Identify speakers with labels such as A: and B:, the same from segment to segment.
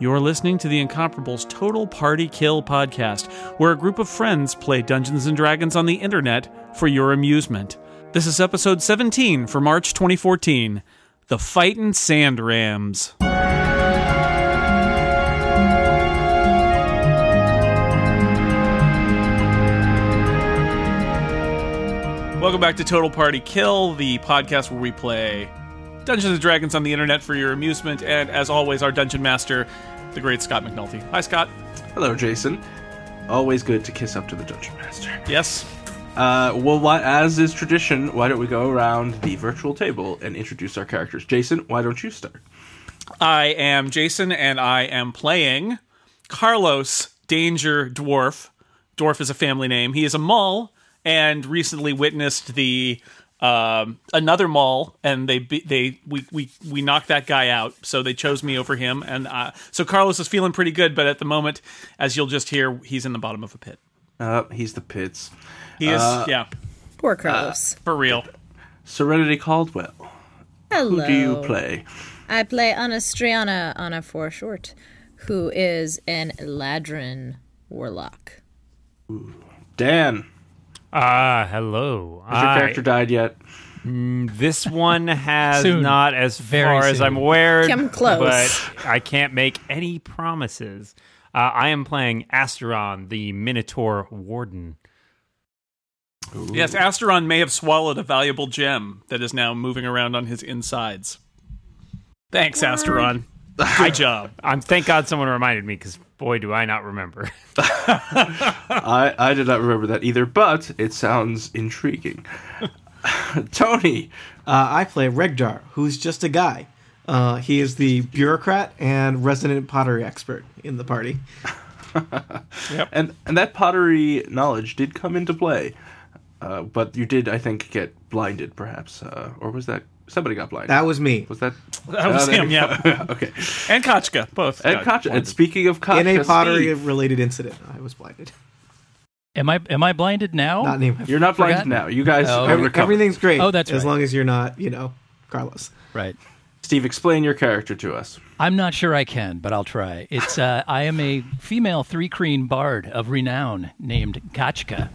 A: You're listening to the Incomparable's Total Party Kill podcast, where a group of friends play Dungeons and Dragons on the internet for your amusement. This is episode 17 for March 2014 The Fightin' Sand Rams. Welcome back to Total Party Kill, the podcast where we play Dungeons and Dragons on the internet for your amusement, and as always, our dungeon master, the great Scott McNulty. Hi, Scott.
B: Hello, Jason. Always good to kiss up to the Dungeon Master.
A: Yes.
B: Uh, well, why, as is tradition, why don't we go around the virtual table and introduce our characters? Jason, why don't you start?
A: I am Jason, and I am playing Carlos Danger Dwarf. Dwarf is a family name. He is a mall, and recently witnessed the um, another mall, and they be- they we we we knocked that guy out. So they chose me over him, and uh, so Carlos is feeling pretty good. But at the moment, as you'll just hear, he's in the bottom of a pit.
B: Uh, he's the pits.
A: He is, yeah,
B: Uh,
C: Poor Carlos.
A: for real.
B: Serenity Caldwell.
C: Hello.
B: Who do you play?
C: I play Anastriana Anna for short, who is an Eladrin warlock.
B: Dan.
D: Ah, hello.
B: Has your
D: I- mm,
B: character died yet?
D: this one has
E: Soon.
D: not, as
E: Very
D: far as
E: soon.
D: I'm aware,
C: Come close.
D: but I can't make any promises. Uh, I am playing Asteron, the Minotaur Warden.
A: Yes, Asteron may have swallowed a valuable gem that is now moving around on his insides. Thanks, Asteron. Good job.
D: I'm Um, thank God someone reminded me because boy, do I not remember.
B: I, I did not remember that either, but it sounds intriguing. Tony.
F: Uh, I play Regdar, who's just a guy. Uh, he is the bureaucrat and resident pottery expert in the party.
B: And, and that pottery knowledge did come into play. Uh, but you did, I think, get blinded, perhaps. Uh, or was that. Somebody got blinded.
F: That was me.
B: Was that?
A: That was
B: Oh, there
A: him,
B: you
A: yeah.
B: go. okay.
A: And Kochka, both. got
B: And, Koch- and
A: pointed.
B: speaking of Koch,
F: In a pottery related incident, I was blinded.
E: Am I am I blinded now?
F: Not named.
B: you're not blind
E: Forgotten.
B: now. You guys
E: Oh,
B: have
F: Every-
B: recovered.
F: everything's great.
E: Oh, that's
F: As
E: right.
F: long as you're not, you know, Carlos.
E: right.
B: Steve, explain your character to us.
E: I'm not sure I can, but I'll try. It's uh, I am a female three creen bard of renown named Kachka.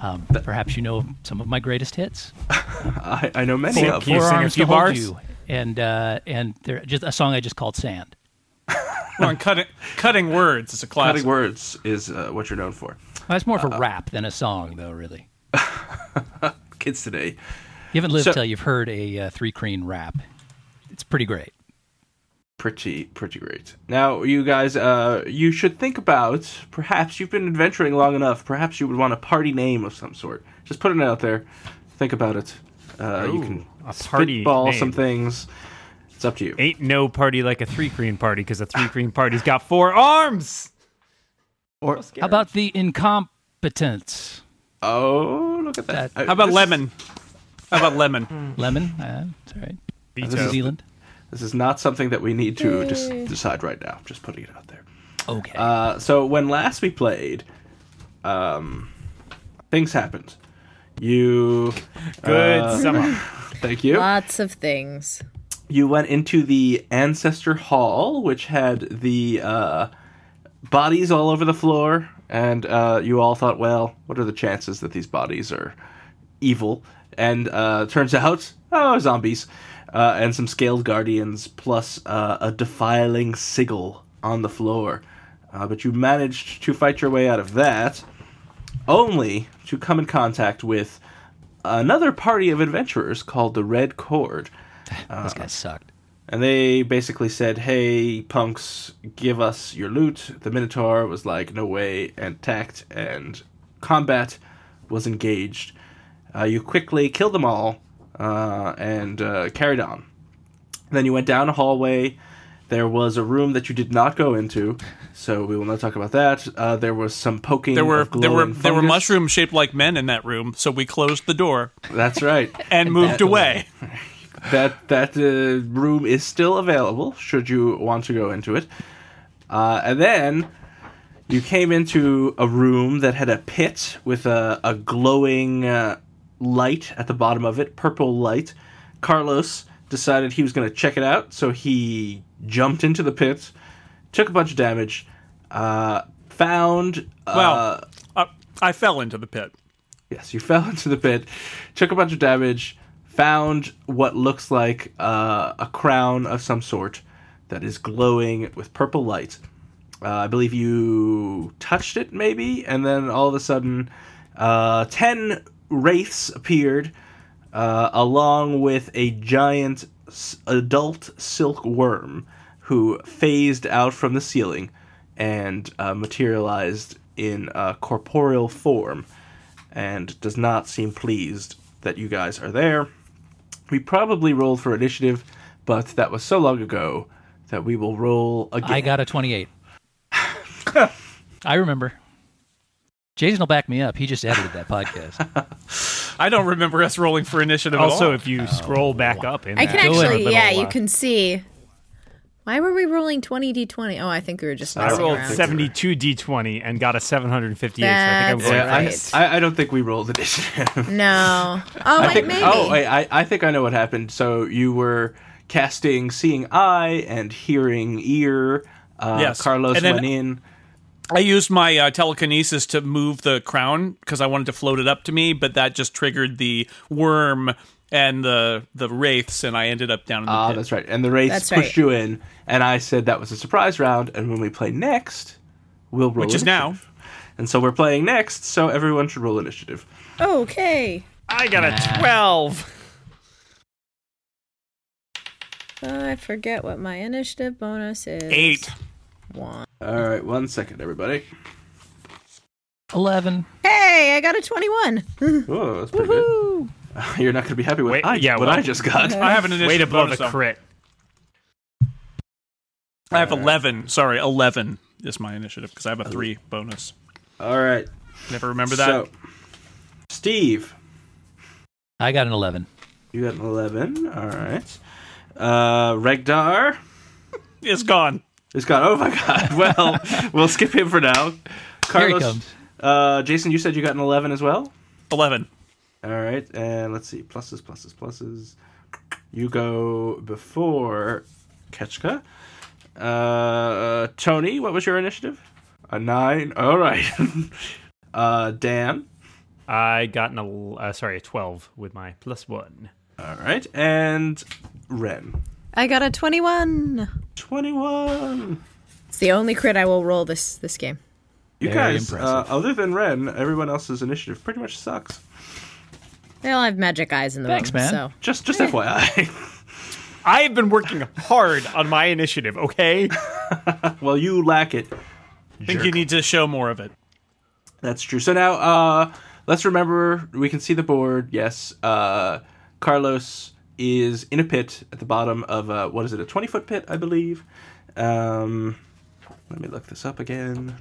E: Um, perhaps you know some of my greatest hits.
B: I, I know many
D: Four-
B: of
D: Can you
B: them.
D: four- sing a
E: arms
D: few
E: to hold
D: bars?
E: you, and uh, and there, just a song I just called Sand.
A: We're on cutting, cutting words is a classic.
B: Cutting words is uh, what you're known for.
E: That's more of a rap than a song, though. Really,
B: Kids today.
E: you haven't lived
B: So-
E: till you've heard a uh, three creen rap. It's pretty great.
B: pretty pretty great. Now, you guys, uh, you should think about perhaps you've been adventuring long enough. Perhaps you would want a party name of some sort. Just putting it out there. Think about it. Uh, you can
D: a party
B: spitball
D: name.
B: some things. It's up to you.
D: Ain't no party like a three green party because a three green party's got four arms.
F: Or
E: How about the incompetence?
B: Oh, look at that.
E: That-
A: How about
B: this- Hmm.
A: lemon? How about lemon?
E: Lemon. Uh, it's all right. New
B: is-
D: Veto.
E: Zealand.
B: This is not something that we need to dis- decide right now. Just putting it out there.
E: Okay.
B: Uh, so when last we played, um, things happened. You, uh,
D: Good summer.
B: thank you.
C: Lots of things.
B: You went into the ancestor hall, which had the uh, bodies all over the floor, and uh, you all thought, well, what are the chances that these bodies are evil? And uh, turns out, oh, zombies, uh, and some scaled guardians, plus uh, a defiling sigil on the floor. Uh, but you managed to fight your way out of that, only to come in contact with another party of adventurers called the Red Cord
E: this guy sucked.
B: and they basically said, "Hey, punks, give us your loot." The Minotaur was like, "No way!" and attacked, and combat was engaged. Uh, you quickly killed them all uh, and uh, carried on. Then you went down a hallway. There was a room that you did not go into, so we will not talk about that. Uh, there was some poking.
A: There were
B: of
A: there were
B: glowing
A: there were
B: fungus.
A: mushrooms shaped like men in that room, so we closed the door
B: That's right.
A: and moved away.
B: that that uh, room is still available should you want to go into it. Uh, and then you came into a room that had a pit with a, a glowing uh, light at the bottom of it, purple light. Carlos decided he was going to check it out, so he jumped into the pit, took a bunch of damage, uh, found. Uh,
A: Well, uh, I fell into the pit.
B: Yes, you fell into the pit, took a bunch of damage, found what looks like uh, a crown of some sort that is glowing with purple light. Uh, I believe you touched it, maybe, and then all of a sudden, uh, ten wraiths appeared, uh, along with a giant s- adult silkworm who phased out from the ceiling and uh, materialized in a corporeal form and does not seem pleased that you guys are there. We probably rolled for initiative, but that was so long ago that we will roll again.
E: I got a 28. I remember. Jason will back me up. He just edited that podcast.
A: I don't remember us rolling for initiative at
D: Also,
A: all.
D: if you scroll back up, in
C: I can
D: that
C: actually,
D: little,
C: yeah, you
D: uh,
C: can see. Why were we rolling 20 d20? Oh, I think we were just
B: I
D: I
C: messing
D: rolled
C: around.
B: seven-
D: 72 d20 and got a 758. so I think
C: That's
D: I rolled
B: Yeah, I-
C: right.
B: I, I don't think we rolled initiative.
C: No. Oh,
B: I
C: wait,
B: think,
C: maybe.
B: Oh, wait, I, I think I know what happened. So you were casting Seeing Eye and Hearing Ear. Uh,
A: Yes.
B: Carlos
A: And then-
B: went in.
A: I used my uh, telekinesis to move the crown because I wanted to float it up to me, but that just triggered the worm and the the wraiths, and I ended up down in the
B: Ah,
A: pit.
B: that's right. And the race
C: That's
B: pushed
C: right.
B: you in, and I said that was a surprise round. And when we play next, we'll roll.
A: Which is now.
B: initiative. And so we're playing next, so everyone should roll initiative.
C: Okay.
D: I got a 12.
C: Uh, I forget what my initiative bonus is.
A: Eight.
C: One.
B: All right, one second, everybody.
E: 11.
C: Hey, I got a 21.
B: Oh, that's pretty good. You're not going to be happy with
D: Wait,
B: I,
D: yeah,
B: what
D: well-
B: I just got.
A: I have an initiative
D: Way to blow
A: bonus,
D: the
A: though.
D: crit.
A: I have eleven. Sorry, eleven is my initiative because I have a three bonus.
B: All right.
A: Never remember that.
B: So, Steve,
E: I got an 11.
B: you got an 11. All right. Uh, Regdar
A: It's gone.
B: is gone. Oh, my God. Well, we'll skip him for now. Carlos,
E: comes.
B: Uh, Jason, you said you got an 11 as well?
A: Eleven.
B: All right, and let's see. Pluses, pluses, pluses. You go before Ketchka. Uh, Tony, what was your initiative? A nine. All right. uh, Dan.
D: I got an, el- uh, sorry, a 12 with my plus one.
B: All right, and Ren.
C: I got a 21.
B: Twenty-one.
C: It's the only crit I will roll this this game.
B: You
E: Very
B: guys, uh,
E: impressive.
B: other than Ren, everyone else's initiative pretty much sucks.
C: Well, I have magic eyes in the
E: Thanks,
C: room,
E: man.
C: so
B: Just, just FYI.
D: I have been working hard on my initiative, okay?
B: well, you lack it.
A: I think you need to show more of it.
B: That's true. So now, uh, let's remember we can see the board. Yes, uh, Carlos is in a pit at the bottom of a, what is it? A twenty-foot pit, I believe. Um, let me look this up again.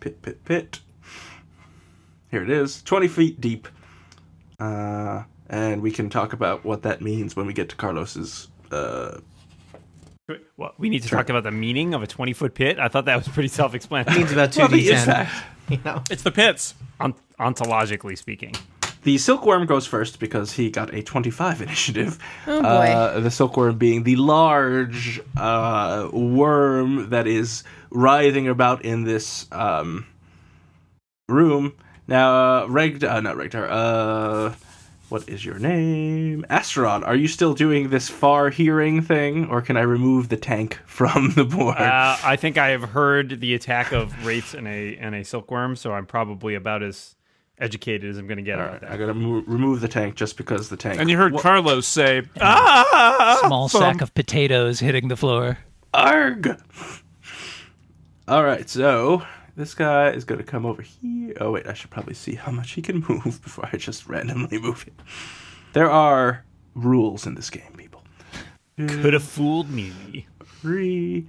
B: Pit, pit, pit. Here it is, twenty feet deep. Uh, and we can talk about what that means when we get to Carlos's. Uh,
D: Well, we need to talk about the meaning of a 20 foot pit. I thought that was pretty self
F: Means
D: explanatory,
F: about two
B: probably is
F: d10.
B: fact.
F: You know,
A: It's the pits.
D: ontologically speaking.
B: The silkworm goes first because he got a 25 initiative.
C: Oh, boy.
B: Uh, the silkworm being the large uh, worm that is writhing about in this um, room. Now, uh, Reg, uh, not Regdar, uh, what is your name? Asteron, are you still doing this far hearing thing, or can I remove the tank from the board?
D: Uh, I think I have heard the attack of wraiths and a and a silkworm, so I'm probably about as educated as I'm going to get
B: All
D: about
B: right,
D: that.
B: I gotta mo- remove the tank just because the tank.
A: And you heard Carlos say, "Ah!"
E: Small sack of potatoes hitting the floor.
B: Arg. All right, so this guy is going to come over here. Oh wait, I should probably see how much he can move before I just randomly move him. There are rules in this game, people.
D: Could have fooled me.
B: Free.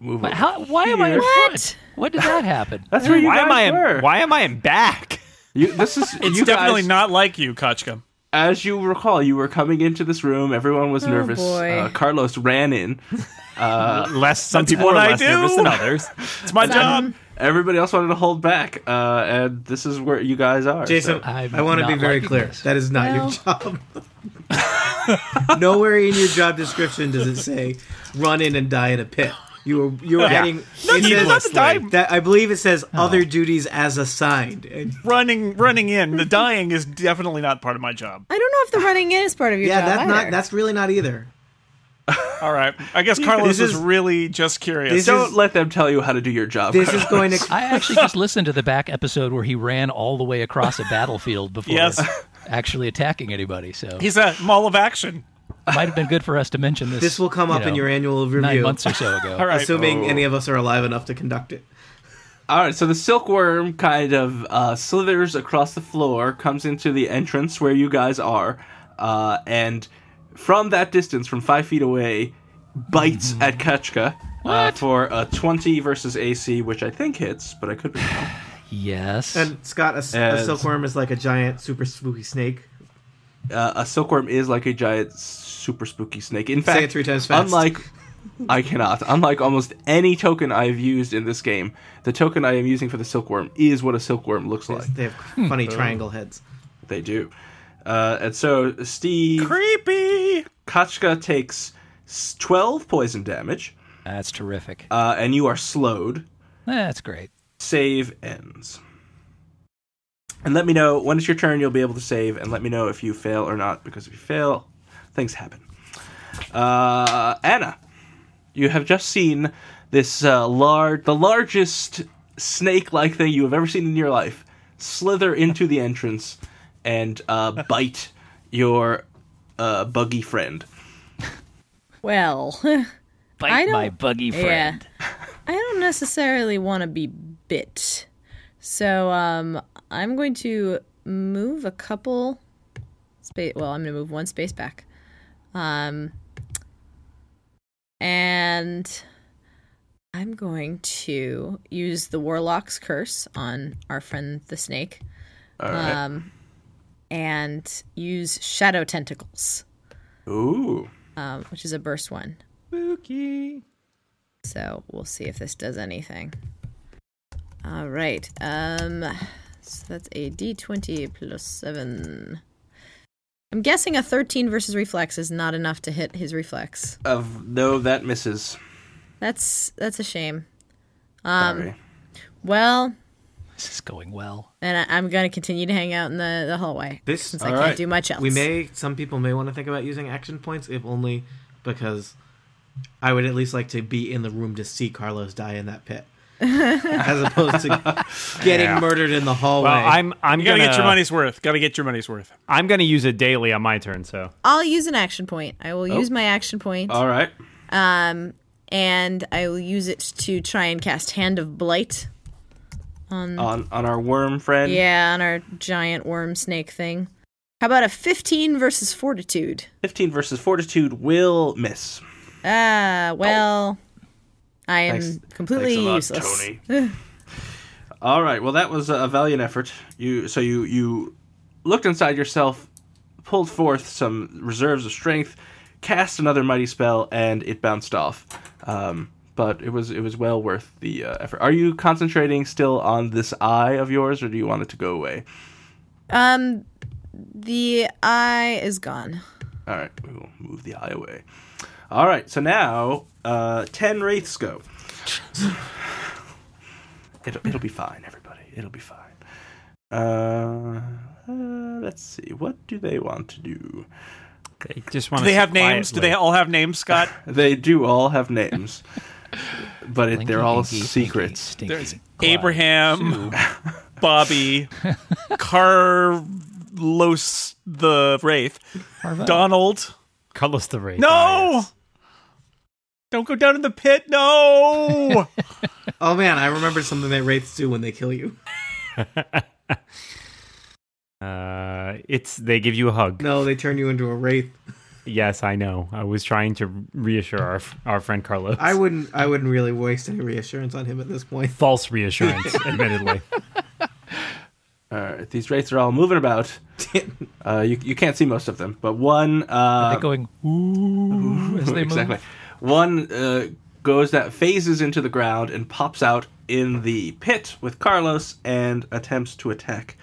B: Move
E: But
B: over.
E: how, why am I in
C: What?
E: front? What did that happen?
B: That's where you
D: Why
B: guys
D: am I? In,
B: were.
D: why am I in back?
B: You, this is
A: It's
B: you
A: definitely
B: guys-
A: not like you, Kachka.
B: As you recall, you were coming into this room. Everyone was nervous.
C: boy.
B: Uh, Carlos ran in.
D: less some
A: That's
D: people are
A: what I
D: less
A: do.
D: nervous than others.
A: It's my job.
B: Everybody else wanted to hold back, uh, and this is where you guys are.
F: Jason,
B: so-
E: I'm
F: I want to
E: not
F: be very
E: liking
F: clear.
E: this.
F: That is not your job. Nowhere in your job description does it say run in and die in a pit. You were you were adding.
A: No,
F: it
A: no,
F: says-
A: not the dime.
F: that I believe it says
E: Oh.
F: other duties as assigned. And
A: Running, running in. The dying is definitely not part of my job.
C: I don't know if the running in is part of your
F: yeah,
C: job
F: that's
C: either.
F: not that's really not either.
A: All right. I guess Carlos
F: This
A: is
F: is-
A: really just curious.
F: this
A: So
F: is-
B: Don't let them tell you how to do your job.
F: This
B: Carlos.
F: is going to
E: I actually just listened to the back episode where he ran all the way across a battlefield before
A: Yes.
E: actually attacking anybody. So
A: he's a mall of action.
E: it might have been good for us to mention this.
F: this will come
E: you
F: up in
E: know,
F: your annual review.
E: nine months Oh. or so ago.
A: All right.
F: assuming any of us are alive enough to conduct it.
B: All right, so the silkworm kind of uh, slithers across the floor, comes into the entrance where you guys are, uh, and from that distance, from five feet away, bites
F: Mm-hmm.
B: at Kachka uh, for a 20 versus AC, which I think hits, but I could be wrong.
E: Yes.
F: And Scott, a, s- a
B: Yes.
F: silkworm is like a giant, super spooky snake.
B: Uh, a silkworm is like a giant, super spooky snake. In fact,
F: Say it three times fast.
B: Unlike I cannot. Unlike almost any token I have used in this game, the token I am using for the silkworm is what a silkworm looks like.
F: They have
E: Hmm. Oh.
F: funny triangle heads.
B: They do. Uh, and so Steve
A: Creepy.
B: Kachka takes s- 12 poison damage,
E: That's terrific.
B: uh, and you are slowed.
E: That's great.
B: Save ends. And let me know when it's your turn, you'll be able to save, and let me know if you fail or not, because if you fail, things happen. Uh, Anna, you have just seen this uh, large, the largest snake like thing you have ever seen in your life slither into the entrance and uh, bite your uh, buggy friend.
C: Well,
E: Bite
C: I don't-
E: my buggy
C: yeah.
E: friend.
C: I don't necessarily want to be bit. So um, I'm going to move a couple space. Well, I'm going to move one space back. Um, and I'm going to use the Warlock's Curse on our friend the Snake.
B: All right.
C: Um, and use Shadow Tentacles,
B: Ooh.
C: um, which is a burst one.
D: Spooky.
C: So we'll see if this does anything. All right. Um, so that's a d20 plus 7. I'm guessing a 13 versus reflex is not enough to hit his reflex.
B: Of, no, that misses.
C: That's that's a shame.
B: Sorry.
C: Well,
E: This is going well.
C: and I, I'm going to continue to hang out in the, the hallway
F: This-
C: since I
F: all
C: can't
B: right.
C: do much else.
F: We may, some people may want to think about using action points, if only because I would at least like to be in the room to see Carlos die in that pit, as opposed to getting
D: Yeah.
F: murdered in the hallway.
D: Well, I'm I'm
A: You gotta
D: gonna
A: get your money's worth. Gotta get your money's worth.
D: I'm gonna use it daily on my turn. So
C: I'll use an action point. I
F: Oh.
C: will use my action point,
F: Uh.
B: All right.
C: um, and I will use it to try and cast Hand of Blight.
B: on on our worm friend.
C: Yeah, on our giant worm snake thing. How about a 15 versus fortitude?
B: 15 versus fortitude will miss.
C: Ah, well, I am
B: Thanks-
C: completely
B: thanks a lot,
C: useless.
B: Tony. All right. Well, that was a valiant effort. You so you you looked inside yourself, pulled forth some reserves of strength, cast another mighty spell, and it bounced off. Um, but it was it was well worth the uh, effort. Are you concentrating still on this eye of yours, or do you want it to go away?
C: Um, the eye is gone.
B: All right, we will move the eye away. All right, so now uh, ten wraiths go. it'll, it'll be fine, everybody. It'll be fine. Uh, uh, let's see. What do they want to do?
D: they just want.
A: Do they have names? Do they all have names, Scott?
B: They do all have names, but it,
E: Blinky,
B: they're all
E: blinky,
B: secrets.
E: blinky,
A: There's
E: stinky, Clyde,
A: Abraham, Bobby, Carlos the Wraith,
E: Harvell.
A: Donald.
D: Carlos the Wraith?
A: No! Don't go down in the pit. No!
F: oh man, I remembered something that wraiths do when they kill you.
D: Uh, it's they give you a hug.
F: No, they turn you into a wraith.
D: Yes, I know. I was trying to reassure our our friend Carlos.
F: I wouldn't, I wouldn't really waste any reassurance on him at this point.
D: false reassurance, admittedly.
B: All right, these wraiths are all moving about. Uh, you you can't see most of them, but one. Uh,
E: Are they going ooh as they move?
B: exactly. One uh, goes that phases into the ground and pops out in the pit with Carlos and attempts to attack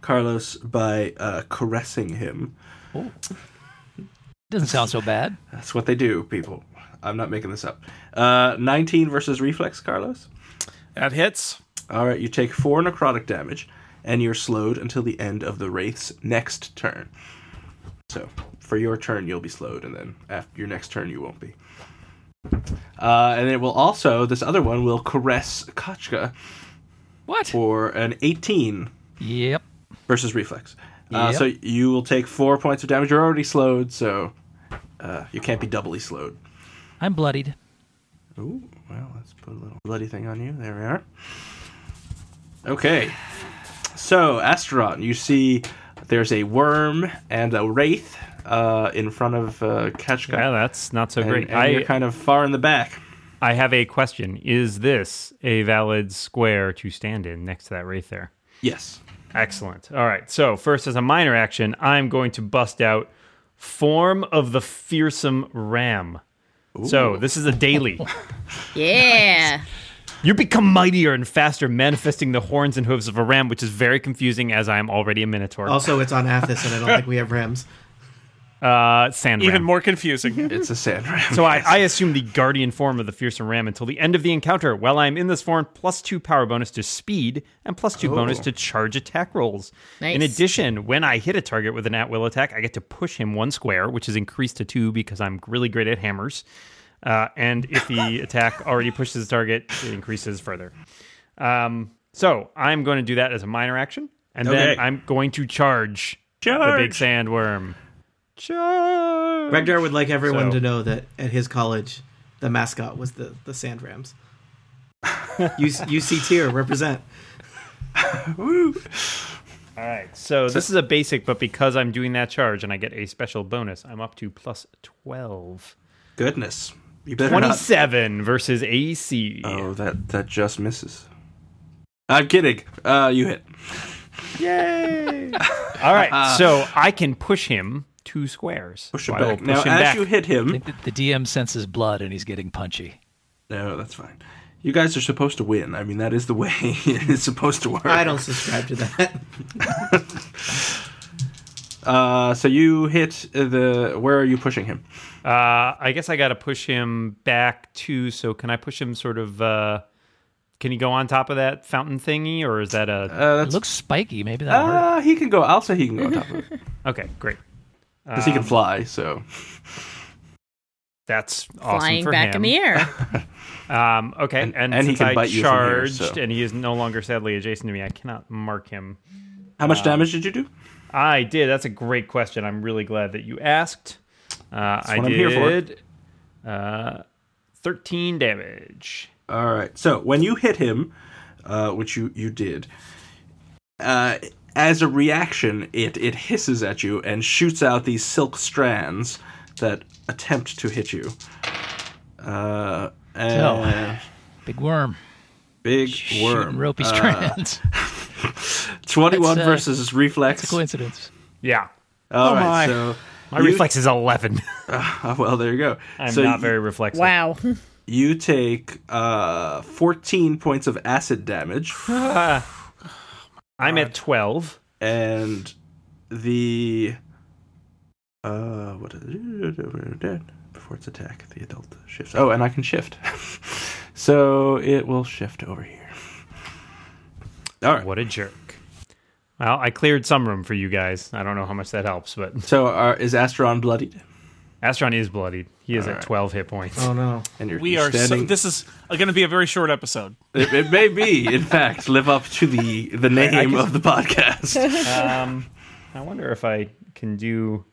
B: Carlos by uh, caressing him.
E: Doesn't sound so bad.
B: That's what they do, people. I'm not making this up. Uh, 19 versus reflex, Carlos.
A: That hits.
B: All right, you take four necrotic damage, and you're slowed until the end of the wraith's next turn. So for your turn, you'll be slowed, and then after your next turn, you won't be. Uh, and it will also this other one will caress Kachka
E: What?
B: for an 18
E: Yep.
B: versus reflex. Uh,
E: Yep.
B: So you will take four points of damage. You're already slowed, so uh, you can't be doubly slowed.
E: I'm bloodied.
B: Ooh, well, let's put a little bloody thing on you. There we are. Okay. So, Asteron, you see there's a worm and a wraith uh, in front of uh, Kachka.
D: Yeah, that's not so
B: and,
D: great.
B: and
D: I
B: you're kind of far in the back.
D: I have a question. Is this a valid square to stand in next to that wraith there?
B: Yes.
D: Excellent. All right. So, first, as a minor action, I'm going to bust out Form of the Fearsome Ram. So, this is a daily.
C: Yeah.
D: you become mightier and faster, manifesting the horns and hooves of a ram, which is very confusing as I am already a minotaur.
F: Also, it's on Athos, and I don't think we have Rams.
D: uh, sand
A: Even
D: ram.
A: more confusing.
B: It's a sand ram.
D: So I, I assume the guardian form of the fearsome ram until the end of the encounter. While I am in this form, plus two power bonus to speed and plus two
B: Oh.
D: bonus to charge attack rolls. In
C: Nice.
D: addition, when I hit a target with an at will attack, I get to push him one square, which is increased to two because I'm really great at hammers. Uh, and if the attack already pushes the target, it increases further. Um, so I'm going to do that as a minor action, and then
B: Okay.
D: I'm going to charge, the big
B: Charge!
D: sandworm. Charge.
F: Regdar would like everyone
D: So-
F: to know that at his college, the mascot was the, the Sand Rams. UC, UC tier represent.
D: All right. So this is a basic, but because I'm doing that charge and I get a special bonus, I'm up to plus 12.
B: Goodness. You better not.
D: 27 versus AC.
B: Oh, that, that just misses. I'm kidding. Uh, you hit.
D: Yay. All right. So I can push him two squares.
B: Uh, Push it
D: So I will
B: back. Now, as
D: him back.
B: you hit him,
E: I think that the DM senses blood and he's getting punchy.
B: No, that's fine. You guys are supposed to win. I mean, that is the way it's supposed to work.
F: I don't subscribe to that.
B: Uh, so you hit the. Where are you pushing him?
D: Uh, I guess I got to push him back two. So can I push him sort of. Uh, can he go on top of that fountain thingy, or is that a.
B: Uh,
E: It
B: that's.
E: looks spiky. Maybe that'll hurt.
B: Uh, he can go. I'll say he can go on top of it
D: Okay, great.
B: because
D: Um,
B: he can fly. So
D: That's awesome
C: Flying
D: for
C: back
D: him.
C: in the air.
D: Um, okay, and,
B: and he
D: since
B: can
D: I
B: bite you from here,
D: charged,
B: so-
D: and he is no longer sadly adjacent to me. I cannot mark him.
B: how
D: um,
B: much damage did you do?
D: I did. That's a great question. I'm really glad that you asked. Uh, I
B: what I'm
D: did
B: here for.
D: Uh, 13 damage.
B: All right. So when you hit him, uh, which you you did, uh, as a reaction, it it hisses at you and shoots out these silk strands that attempt to hit you. Uh, and
E: Big worm.
B: big
E: Oh. Shooting
B: Ah. worm. Ah.
E: ropey strands.
B: 21
E: That's, uh,
B: versus reflex.
E: Coincidence.
D: Yeah.
B: All right,
D: my.
B: so
D: Oh My
B: you-
D: reflex is 11.
B: Ah, well, there you go.
D: I'm
B: so
D: not
B: you,
D: very reflexive.
C: Wow.
B: You take uh, 14 points of acid damage,
D: I'm at 12.
B: and the uh, what is it? Before its attack, the adult shifts. Oh, and I can shift, so it will shift over here. All right.
D: What a jerk. Well, I cleared some room for you guys. I don't know how much that helps, but
B: So are, is Astron bloodied?
D: Astron is bloodied. He is at 12 hit points.
F: Oh no.
B: And you're,
A: We
B: you're
A: are so,
B: standing.
A: this is going to be a very short episode.
B: It, it may be, in fact, live up to the the name of the podcast.
D: Um, I wonder if I can do.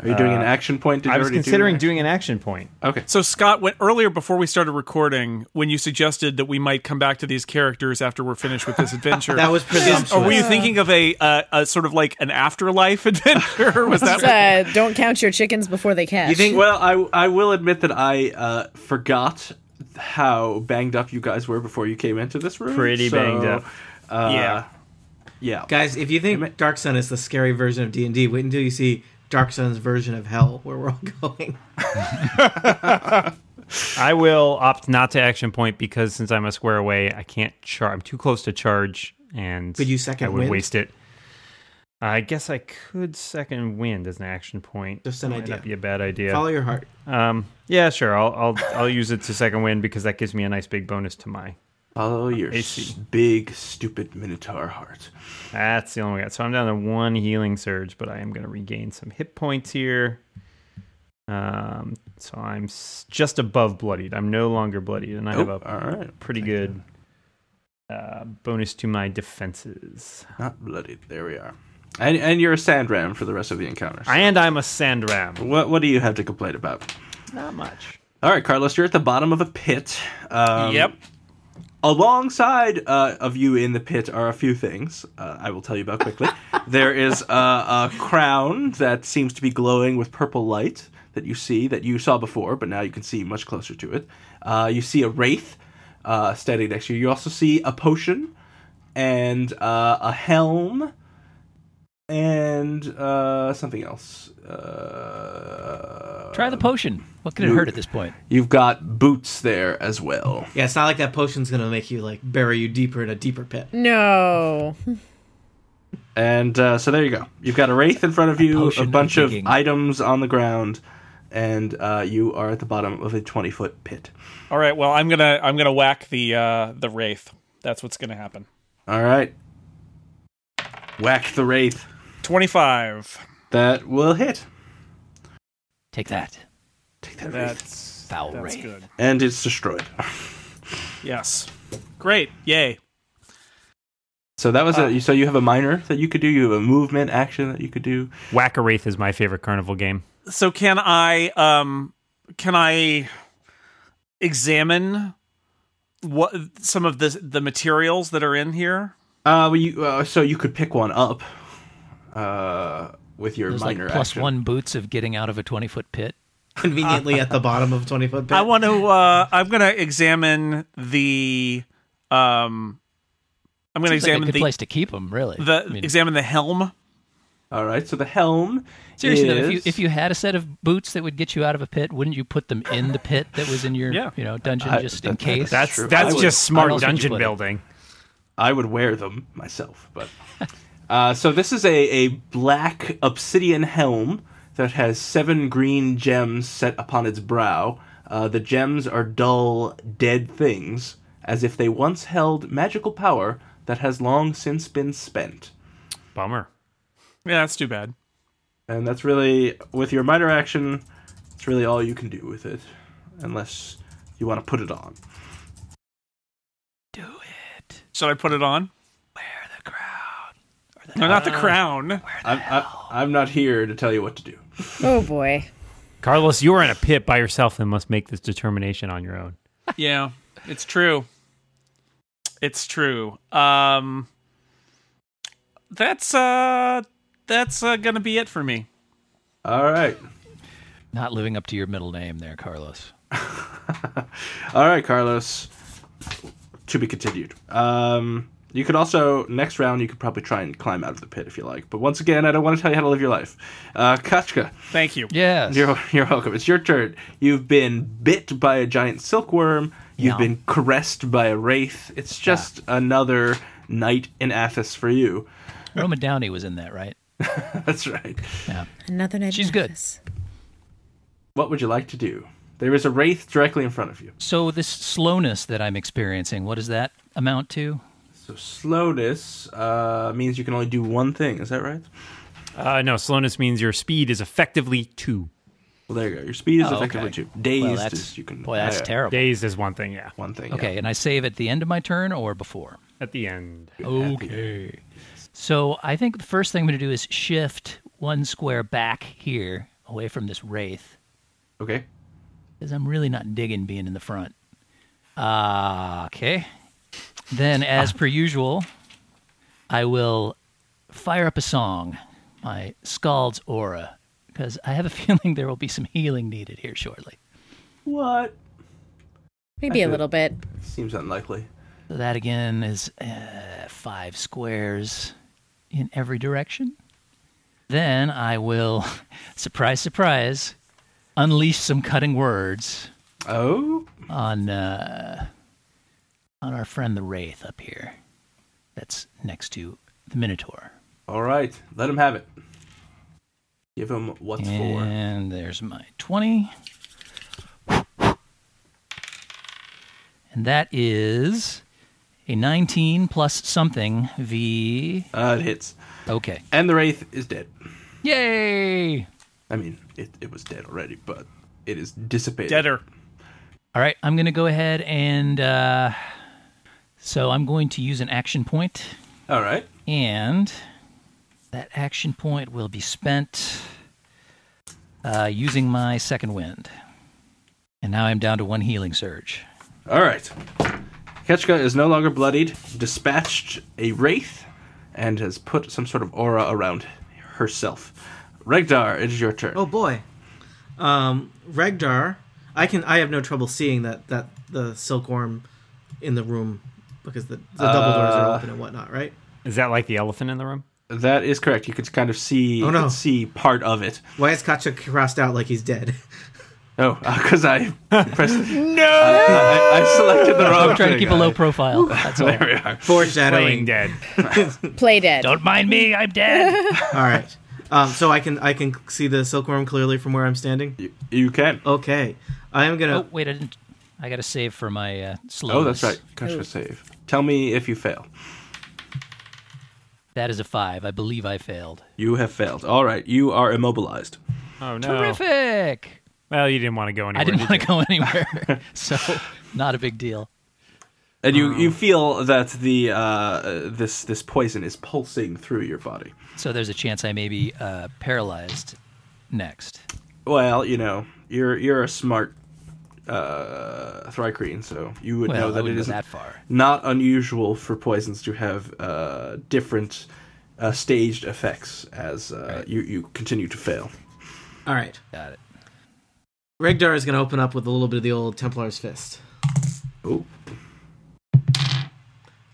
B: Are you doing an action point? Did you
D: I was
B: already do
D: considering
B: an
D: doing an action point.
B: action? Okay.
A: So Scott, when earlier before we started recording, when you suggested that we might come back to these characters after we're finished with this adventure,
F: That was presumptuous.
A: Or were you thinking of a, uh, a sort of like an afterlife adventure? Or was that
C: Uh, don't count your chickens before they catch.
F: You think-
B: Well, I I will admit that I uh, forgot how banged up you guys were before you came into this room.
D: Pretty
B: so,
D: banged up.
B: Uh,
A: Yeah.
B: yeah. Yeah.
F: Guys, if you think Dark Sun is the scary version of D&D, wait until you see Dark Sun's version of hell where we're all going.
D: I will opt not to action point because since I'm a square away, I can't charge. I'm too close to charge, and
F: Could you second
D: I would
F: wind?
D: waste it. I guess I could second wind as an action point.
F: Just an
D: Might
F: idea.
D: Not be a bad idea.
F: Follow your heart.
D: Um, yeah, sure. I'll I'll I'll use it to second wind because that gives me a nice big bonus to my.
B: Follow your
D: AC.
B: s- big, stupid Minotaur heart.
D: That's the only way. out. So I'm down to one healing surge, but I am going to regain some hit points here. Um, so I'm s- just above bloodied. I'm no longer bloodied, and I have
B: Oh,
D: a
B: all right.
D: pretty good uh, bonus to my defenses.
B: Not bloodied. There we are. And, and you're a sand ram for the rest of the encounter. so-
D: And I'm a sand ram.
B: What, what do you have to complain about?
D: Not much.
B: All right, Carlos, you're at the bottom of a pit. Um,
A: yep.
B: Alongside uh, of you in the pit are a few things uh, I will tell you about quickly. there is a, a crown that seems to be glowing with purple light that you see, that you saw before, but now you can see much closer to it. Uh, you see a wraith uh, standing next to you. You also see a potion and uh, a helm and uh, something else. Uh,
E: Try the potion. What could it hurt at this point?
B: You've got boots there as well.
F: Yeah, it's not like that potion's gonna make you like bury you deeper in a deeper pit.
C: No.
B: And uh, so there you go. You've got a wraith in front of you, a,
E: potion
B: bunch
E: of
B: of
E: digging.
B: items on the ground, and uh, you are at the bottom of a twenty foot pit.
A: All right. Well, I'm gonna I'm gonna whack the uh, the wraith. That's what's gonna happen.
B: All right, whack the wraith.
A: Twenty five.
B: That will hit.
E: Take that.
B: Take that, wraith,
A: That's
E: Foul
A: that's
E: wraith.
A: good.
B: and it's destroyed.
A: Yes. Great. Yay.
B: So that was
E: Ah.
B: a. So you have a minor that you could do. You have a movement action that you could do.
D: Whack a wraith is my favorite carnival game.
A: So can I um can I examine what some of the the materials that are in here?
B: Uh, well, you, uh, so you could pick one up. Uh, with your
E: There's like
B: minor
E: plus
B: action.
E: one boots of getting out of a 20 foot pit.
F: Conveniently at the bottom of a twenty foot pit.
A: I want to uh I'm going to examine the um I'm going to
E: Seems like a
A: examine
E: good
A: the
E: place to keep them, really.
A: the
E: I mean,
A: examine the helm.
B: All right. So the helm.
E: seriously, though, if you
B: is-
E: if you had a set of boots that would get you out of a pit, wouldn't you put them in the pit that was in your
A: Yeah.
E: you know dungeon
B: I-
E: just in
B: that-
E: case?
D: That's
B: True. I
D: that's
B: would-
D: just
E: I'd
D: smart
E: also
D: dungeon
E: put it.
D: building.
B: I would wear them myself, but uh, so this is a, a black obsidian helm that has seven green gems set upon its brow. Uh, the gems are dull, dead things, as if they once held magical power that has long since been spent.
D: Bummer.
A: Yeah, that's too bad.
B: And that's really with your minor action. It's really all you can do with it, unless you want to put it on.
E: Do it.
A: Should I put it on?
E: Wear the crown.
A: No, not the crown.
B: I'm I, I'm not here to tell you what to do.
C: Oh boy.
D: Carlos, you are in a pit by yourself and must make this determination on your own.
A: Yeah, it's true. It's true. Um That's uh that's uh, going to be it for me.
B: All right.
E: Not living up to your middle name there, Carlos.
B: All right, Carlos. To be continued. Um, you could also next round you could probably try and climb out of the pit if you like. But once again, I don't want to tell you how to live your life. Uh, Kachka,
A: Thank you.
E: Yes.
B: you're you're welcome. It's your turn. You've been bit by a giant silkworm. You've
E: Yeah.
B: been caressed by a wraith. It's just another night in Athos for you.
E: Roma Downey was in that, right?
B: That's right.
E: Yeah.
C: Another night.
E: She's
C: in
E: good.
C: Memphis.
B: What would you like to do? There is a wraith directly in front of you.
E: So this slowness that I'm experiencing, what does that amount to?
B: So slowness uh, means you can only do one thing. Is that right?
D: Uh, no, slowness means your speed is effectively two.
B: Well, there you go. Your speed is
E: Oh,
B: effectively
E: okay.
B: two. Dazed
E: well, that's
B: is you can.
E: boy, that's
B: uh,
E: terrible.
D: Dazed is one thing, yeah.
B: One thing.
E: Okay, and I save at the end of my turn or before?
D: At the end.
E: Okay. So I think the first thing I'm going to do is shift one square back here away from this wraith
B: yeah. Okay.
E: because I'm really not digging being in the front. Uh, okay. Then, as per usual, I will fire up a song, my Scald's Aura, because I have a feeling there will be some healing needed here shortly.
B: What?
C: Maybe
B: I
C: a
B: do.
C: little bit.
B: Seems unlikely.
E: So that again is uh, five squares in every direction. Then I will, surprise, surprise, unleash some cutting words
B: Oh.
E: on uh, on our friend the wraith up here. That's next to the Minotaur.
B: All right, let him have it. Give him what's for.
E: And there's my 20. And that is a 19 plus something V.
B: Uh, it hits.
E: Okay.
B: And the wraith is dead.
E: Yay!
B: I mean, it, it was dead already, but it is dissipated.
A: Deader.
E: All right, I'm going to go ahead and. Uh, so I'm going to use an action point,
B: All right.
E: and that action point will be spent uh, using my second wind. And now I'm down to one healing surge.
B: All right. Ketchka is no longer bloodied, dispatched a wraith, and has put some sort of aura around herself. Regdar, it is your turn.
F: Oh boy. Um Regdar, I can I have no trouble seeing that that the silkworm in the room because the, the double doors
A: Uh.
F: are open and whatnot, right?
D: Is that like the elephant in the room?
B: That is correct. You can kind of see
F: Oh, no.
B: you can see part of it.
F: Why is Kacha crossed out like he's dead?
B: Oh, because I pressed. no,
D: Uh,
B: I, I selected the wrong.
E: I'm trying to keep a low
B: thing.
E: profile. That's all.
B: There we are.
D: Playing
F: Foreshadowing.
D: dead.
C: Play dead.
E: Don't mind me, I'm dead.
F: All right. Um, so I can I can see the silkworm clearly from where I'm standing.
B: You, you can. Oh,
F: Okay, I am
E: oh
F: gonna.
E: wait, I didn't. I got to save for my uh, slowness.
B: Oh, that's right. Ketchka save. Tell me if you fail.
E: That is a five. I believe I failed.
B: You have failed. All right. You are immobilized.
D: Oh no.
E: Terrific.
D: Well, you didn't want to go anywhere.
E: I didn't
D: did
E: want to go anywhere, so not a big deal.
B: And you,
E: Oh.
B: you feel that the uh, this this poison is pulsing through your body.
E: So there's a chance I may be uh, paralyzed next.
B: Well, you know, you're you're a smart uh, Thrycreen, so you would
E: Well,
B: know
E: I
B: that it
E: wouldn't
B: is
E: go that far.
B: not unusual for poisons to have uh, different uh, staged effects as uh,
E: Right.
B: you you continue to fail.
F: Oh, All right,
E: Got it.
F: Regdar is gonna open up with a little bit of the old Templar's fist.
B: Oh,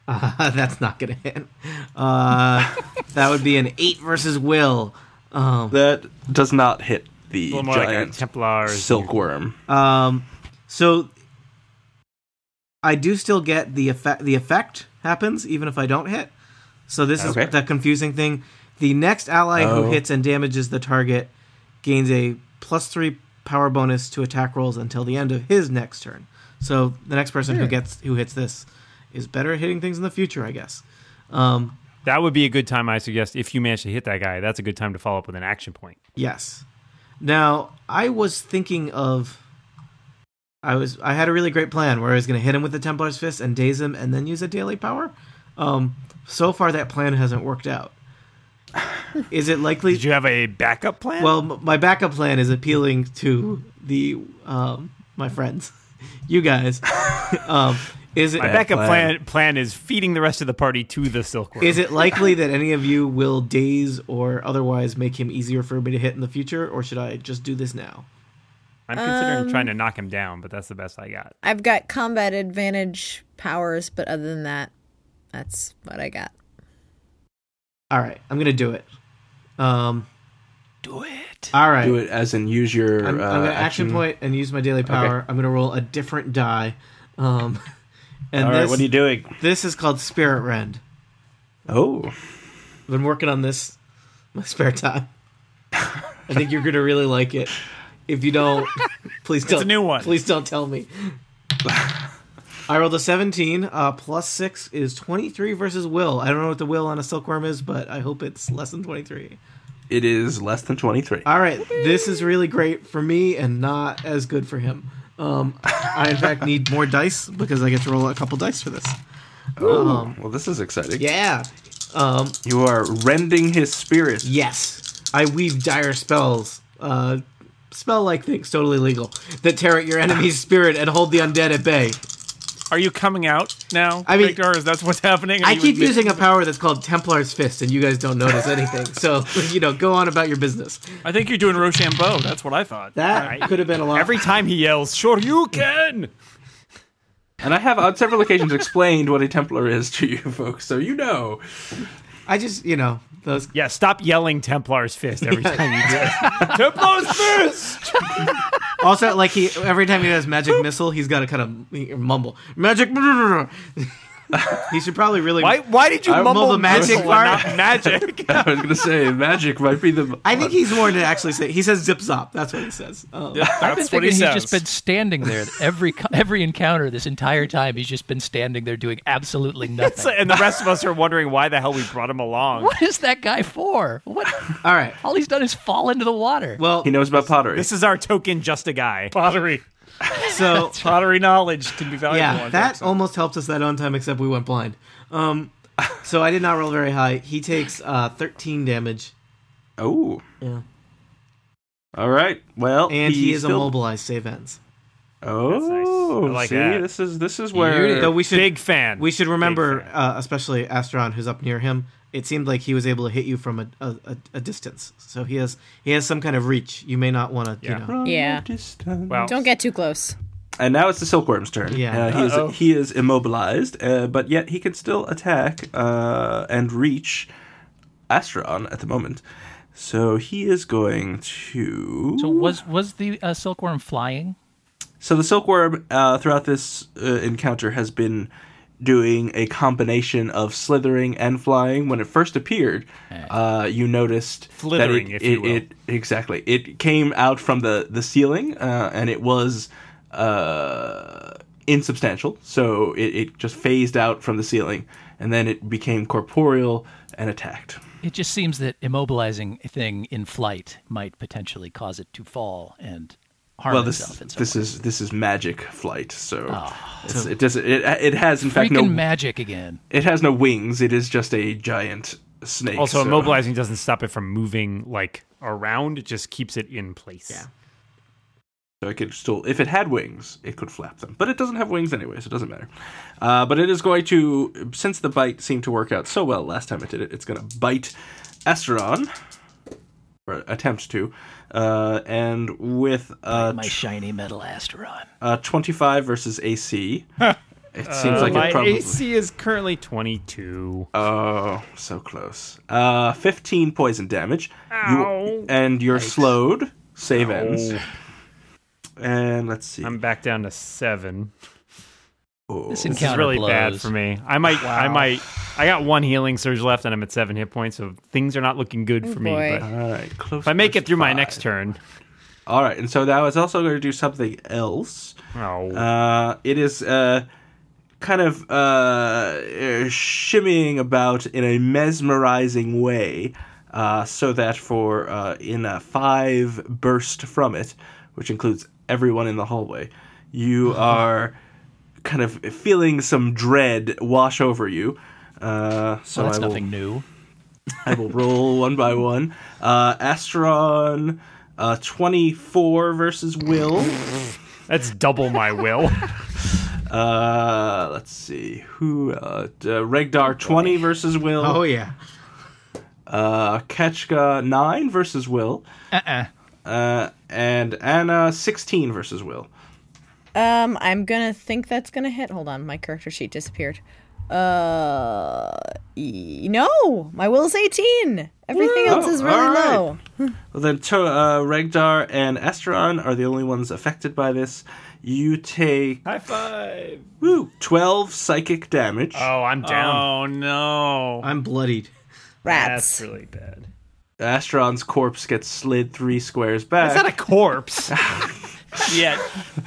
F: Uh, that's not gonna hit. Uh, that would be an eight versus will. Um,
B: that does not hit the
D: A little more like a
B: giant
D: Templar.
B: silkworm.
F: um, so I do still get the effect. The effect happens even if I don't hit. So this
B: Okay.
F: is the confusing thing. The next ally
B: Oh.
F: who hits and damages the target gains a plus three power bonus to attack rolls until the end of his next turn. So the next person
B: Hmm.
F: who gets who hits this is better at hitting things in the future, I guess. Um,
D: That would be a good time, I suggest, if you manage to hit that guy. That's a good time to follow up with an action point.
F: Yes. Now, I was thinking of I was I had a really great plan where I was going to hit him with the Templar's fist and daze him and then use a daily power. Um so far that plan hasn't worked out. Is it likely
D: Did you have a backup plan?
F: Well, m- my backup plan is appealing to the um my friends. You guys. um is it
D: my backup
B: plan.
D: plan. plan is feeding the rest of the party to the silkworm.
F: is it likely that any of you will daze or otherwise make him easier for me to hit in the future or should I just do this now?
D: I'm considering
F: um,
D: trying to knock him down, but that's the best I got.
C: I've got combat advantage powers, but other than that, that's what I got.
F: All right, I'm gonna do it. Um,
E: Do it.
F: all right,
B: Do it as in use your
F: I'm, I'm
B: uh,
F: gonna action, point and use my daily power. I'm gonna roll a different die. Um, and
B: All right,
F: this,
B: what are you doing?
F: this is called Spirit Rend.
B: Oh,
F: I've been working on this my spare time. I think you're gonna really like it. If you don't, please don't.
A: a new one.
F: Please don't tell me. I rolled a 17. Uh, plus six is 23 versus will. I don't know what the will on a silkworm is, but I hope it's less than 23.
B: it is less than twenty three.
F: All right, this is really great for me and not as good for him. Um, I in fact need more dice because I get to roll a couple dice for this.
B: Oh, well, this is exciting.
F: Yeah. Um,
B: You are rending his spirit.
F: yes, I weave dire spells, uh, spell-like things, totally legal, that tear at your enemy's spirit and hold the undead at bay.
A: Are you coming out now?
F: I mean-
A: Rigdar? is that what's happening? Are
F: I
A: you
F: keep
A: admit-
F: using a power that's called Templar's Fist, and you guys don't notice anything. So you know, go on about your business.
A: I think you're doing Rochambeau. That's what I thought.
F: That could have been a lot.
D: Every time he yells, "Sure you can!"
B: And I have on several occasions explained what a Templar is to you folks, so you know.
F: I just, you know, those
D: Yeah, stop yelling Templar's fist every time you do it. Templar's fist.
F: Also, like he every time he does magic missile, he's got to kind of mumble magic. He should probably really.
G: Why? Why did you
F: I
G: mumble
F: mumbled magic
G: missile and
F: part.
G: Not magic.
B: I was gonna say magic might be the.
F: I think he's more to actually say. He says zip zop. That's what he says. Um,
E: I've been
G: That's what
E: thinking
G: he
E: he's
G: says.
E: just been standing there every co- every encounter this entire time. He's just been standing there doing absolutely nothing.
G: and the rest of us are wondering why the hell we brought him along.
E: what is that guy for? What?
F: All right.
E: All he's done is fall into the water.
F: Well,
B: He knows about pottery.
G: This is our token, just a guy.
A: Pottery.
F: so
A: Pottery knowledge can be valuable.
F: yeah,
A: on
F: that
A: Jackson.
F: almost helped us that on time, except we went blind. Um, so I did not roll very high. He takes uh, 13 damage,
B: oh.
F: Yeah.
B: All right. Well,
F: and he, is
B: still-
F: immobilized. Save ends.
B: Oh,
G: I like
B: see,
G: that.
B: this is this is
E: Beauty.
B: where
F: Though we should
G: Big fan.
F: we should remember,
G: Big fan.
F: uh, especially Astron, who's up near him. It seemed like he was able to hit you from a, a, a, a distance, so he has he has some kind of reach. You may not want to,
G: Yeah.
F: you know.
B: From
C: Yeah.
B: a distance.
G: Wow.
C: Don't get too close.
B: And now it's the silkworm's turn.
F: Yeah.
B: Uh, he is he is immobilized, uh, but yet he can still attack uh, and reach Astron at the moment. So he is going to.
E: so was was the uh, silkworm flying?
B: So the silkworm uh, throughout this uh, encounter has been doing a combination of slithering and flying. When it first appeared,
E: Eh.
B: uh, you noticed
G: Flithering, if
B: that it,
G: you
B: it-
G: will.
B: it- exactly it came out from the the ceiling uh, and it was uh, insubstantial. So it, it just phased out from the ceiling and then it became corporeal and attacked.
E: It just seems that immobilizing a thing in flight might potentially cause it to fall and harm
B: Well, this
E: itself. in some
B: this
E: way.
B: is this is magic flight, so it's, it doesn't it, it has in fact no
E: freaking magic again.
B: It has no wings. It is just a giant snake.
G: Also,
B: so-
G: immobilizing doesn't stop it from moving like around; it just keeps it in place.
F: Yeah.
B: So it could still, if it had wings, it could flap them. But it doesn't have wings anyway, so it doesn't matter. Uh, but it is going to, since the bite seemed to work out so well last time it did it, it's going to bite Esteron, or attempt to, uh, and with a,
E: My shiny metal Asteron.
B: a 25 versus AC. it seems like
G: Uh, my
B: it probably.
G: AC is currently twenty-two.
B: Oh, so close. Uh, 15 poison damage. You, and you're slowed. Save ends. And let's see.
G: I'm back down to seven.
B: Oh.
G: This
E: This
G: is
E: encounter
G: really
E: blows.
G: bad for me. I might, I might, I got one healing surge left, and I'm at seven hit points, so things are not looking good for me.
C: Oh, boy.
G: But
B: All right, close.
G: if I make
B: versus
G: it through my
B: five.
G: next turn,
B: All right, and so that was also going to do something else.
G: oh,
B: Uh, it is uh, kind of uh, uh, shimmying about in a mesmerizing way, uh, so that for uh, in a five burst from it, which includes everyone in the hallway, you are kind of feeling some dread wash over you. Uh, so
E: Well, that's
B: I will,
E: nothing new.
B: I will roll one by one. Uh, Astron, uh, 24 versus Will.
G: that's double my will.
B: Uh, let's see. Who? Uh, d- uh, Regdar, 20 versus Will.
F: Oh yeah,
B: Uh, Ketchka, 9 versus Will.
E: Uh-uh.
B: Uh, and Anna, 16 versus Will.
C: Um, I'm gonna think that's gonna hit. Hold on, my character sheet disappeared. Uh, e- no, my will's 18. Everything else is really
B: Oh, all right.
C: low.
B: Well, then to- uh, Regdar and Astron are the only ones affected by this. You take
G: High five!
B: woo, 12 psychic damage.
G: Oh, I'm down.
A: Oh no!
F: I'm bloodied.
C: Rats.
G: that's really bad.
B: Astron's corpse gets slid three squares back.
G: Is that a corpse?
A: Yeah,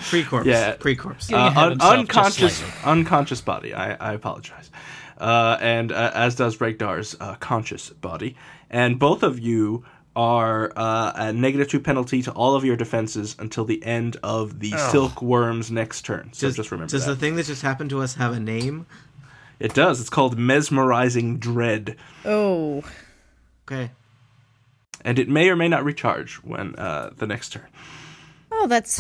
F: Pre corpse.
B: Yeah.
F: Pre corpse.
E: He
B: Uh,
E: had
B: un-
E: himself just
B: unconscious,
E: slightly.
B: unconscious body. I, I apologize. Uh, and uh, as does Regdar's uh, conscious body. And both of you are uh, a negative two penalty to all of your defenses until the end of the silkworm's next turn. So
F: Oh. Does,
B: just remember
F: does
B: that.
F: the thing that just happened to us have a name?
B: it does. It's called mesmerizing dread,
C: Oh,
F: Okay.
B: and it may or may not recharge when uh, the next turn.
C: oh, that's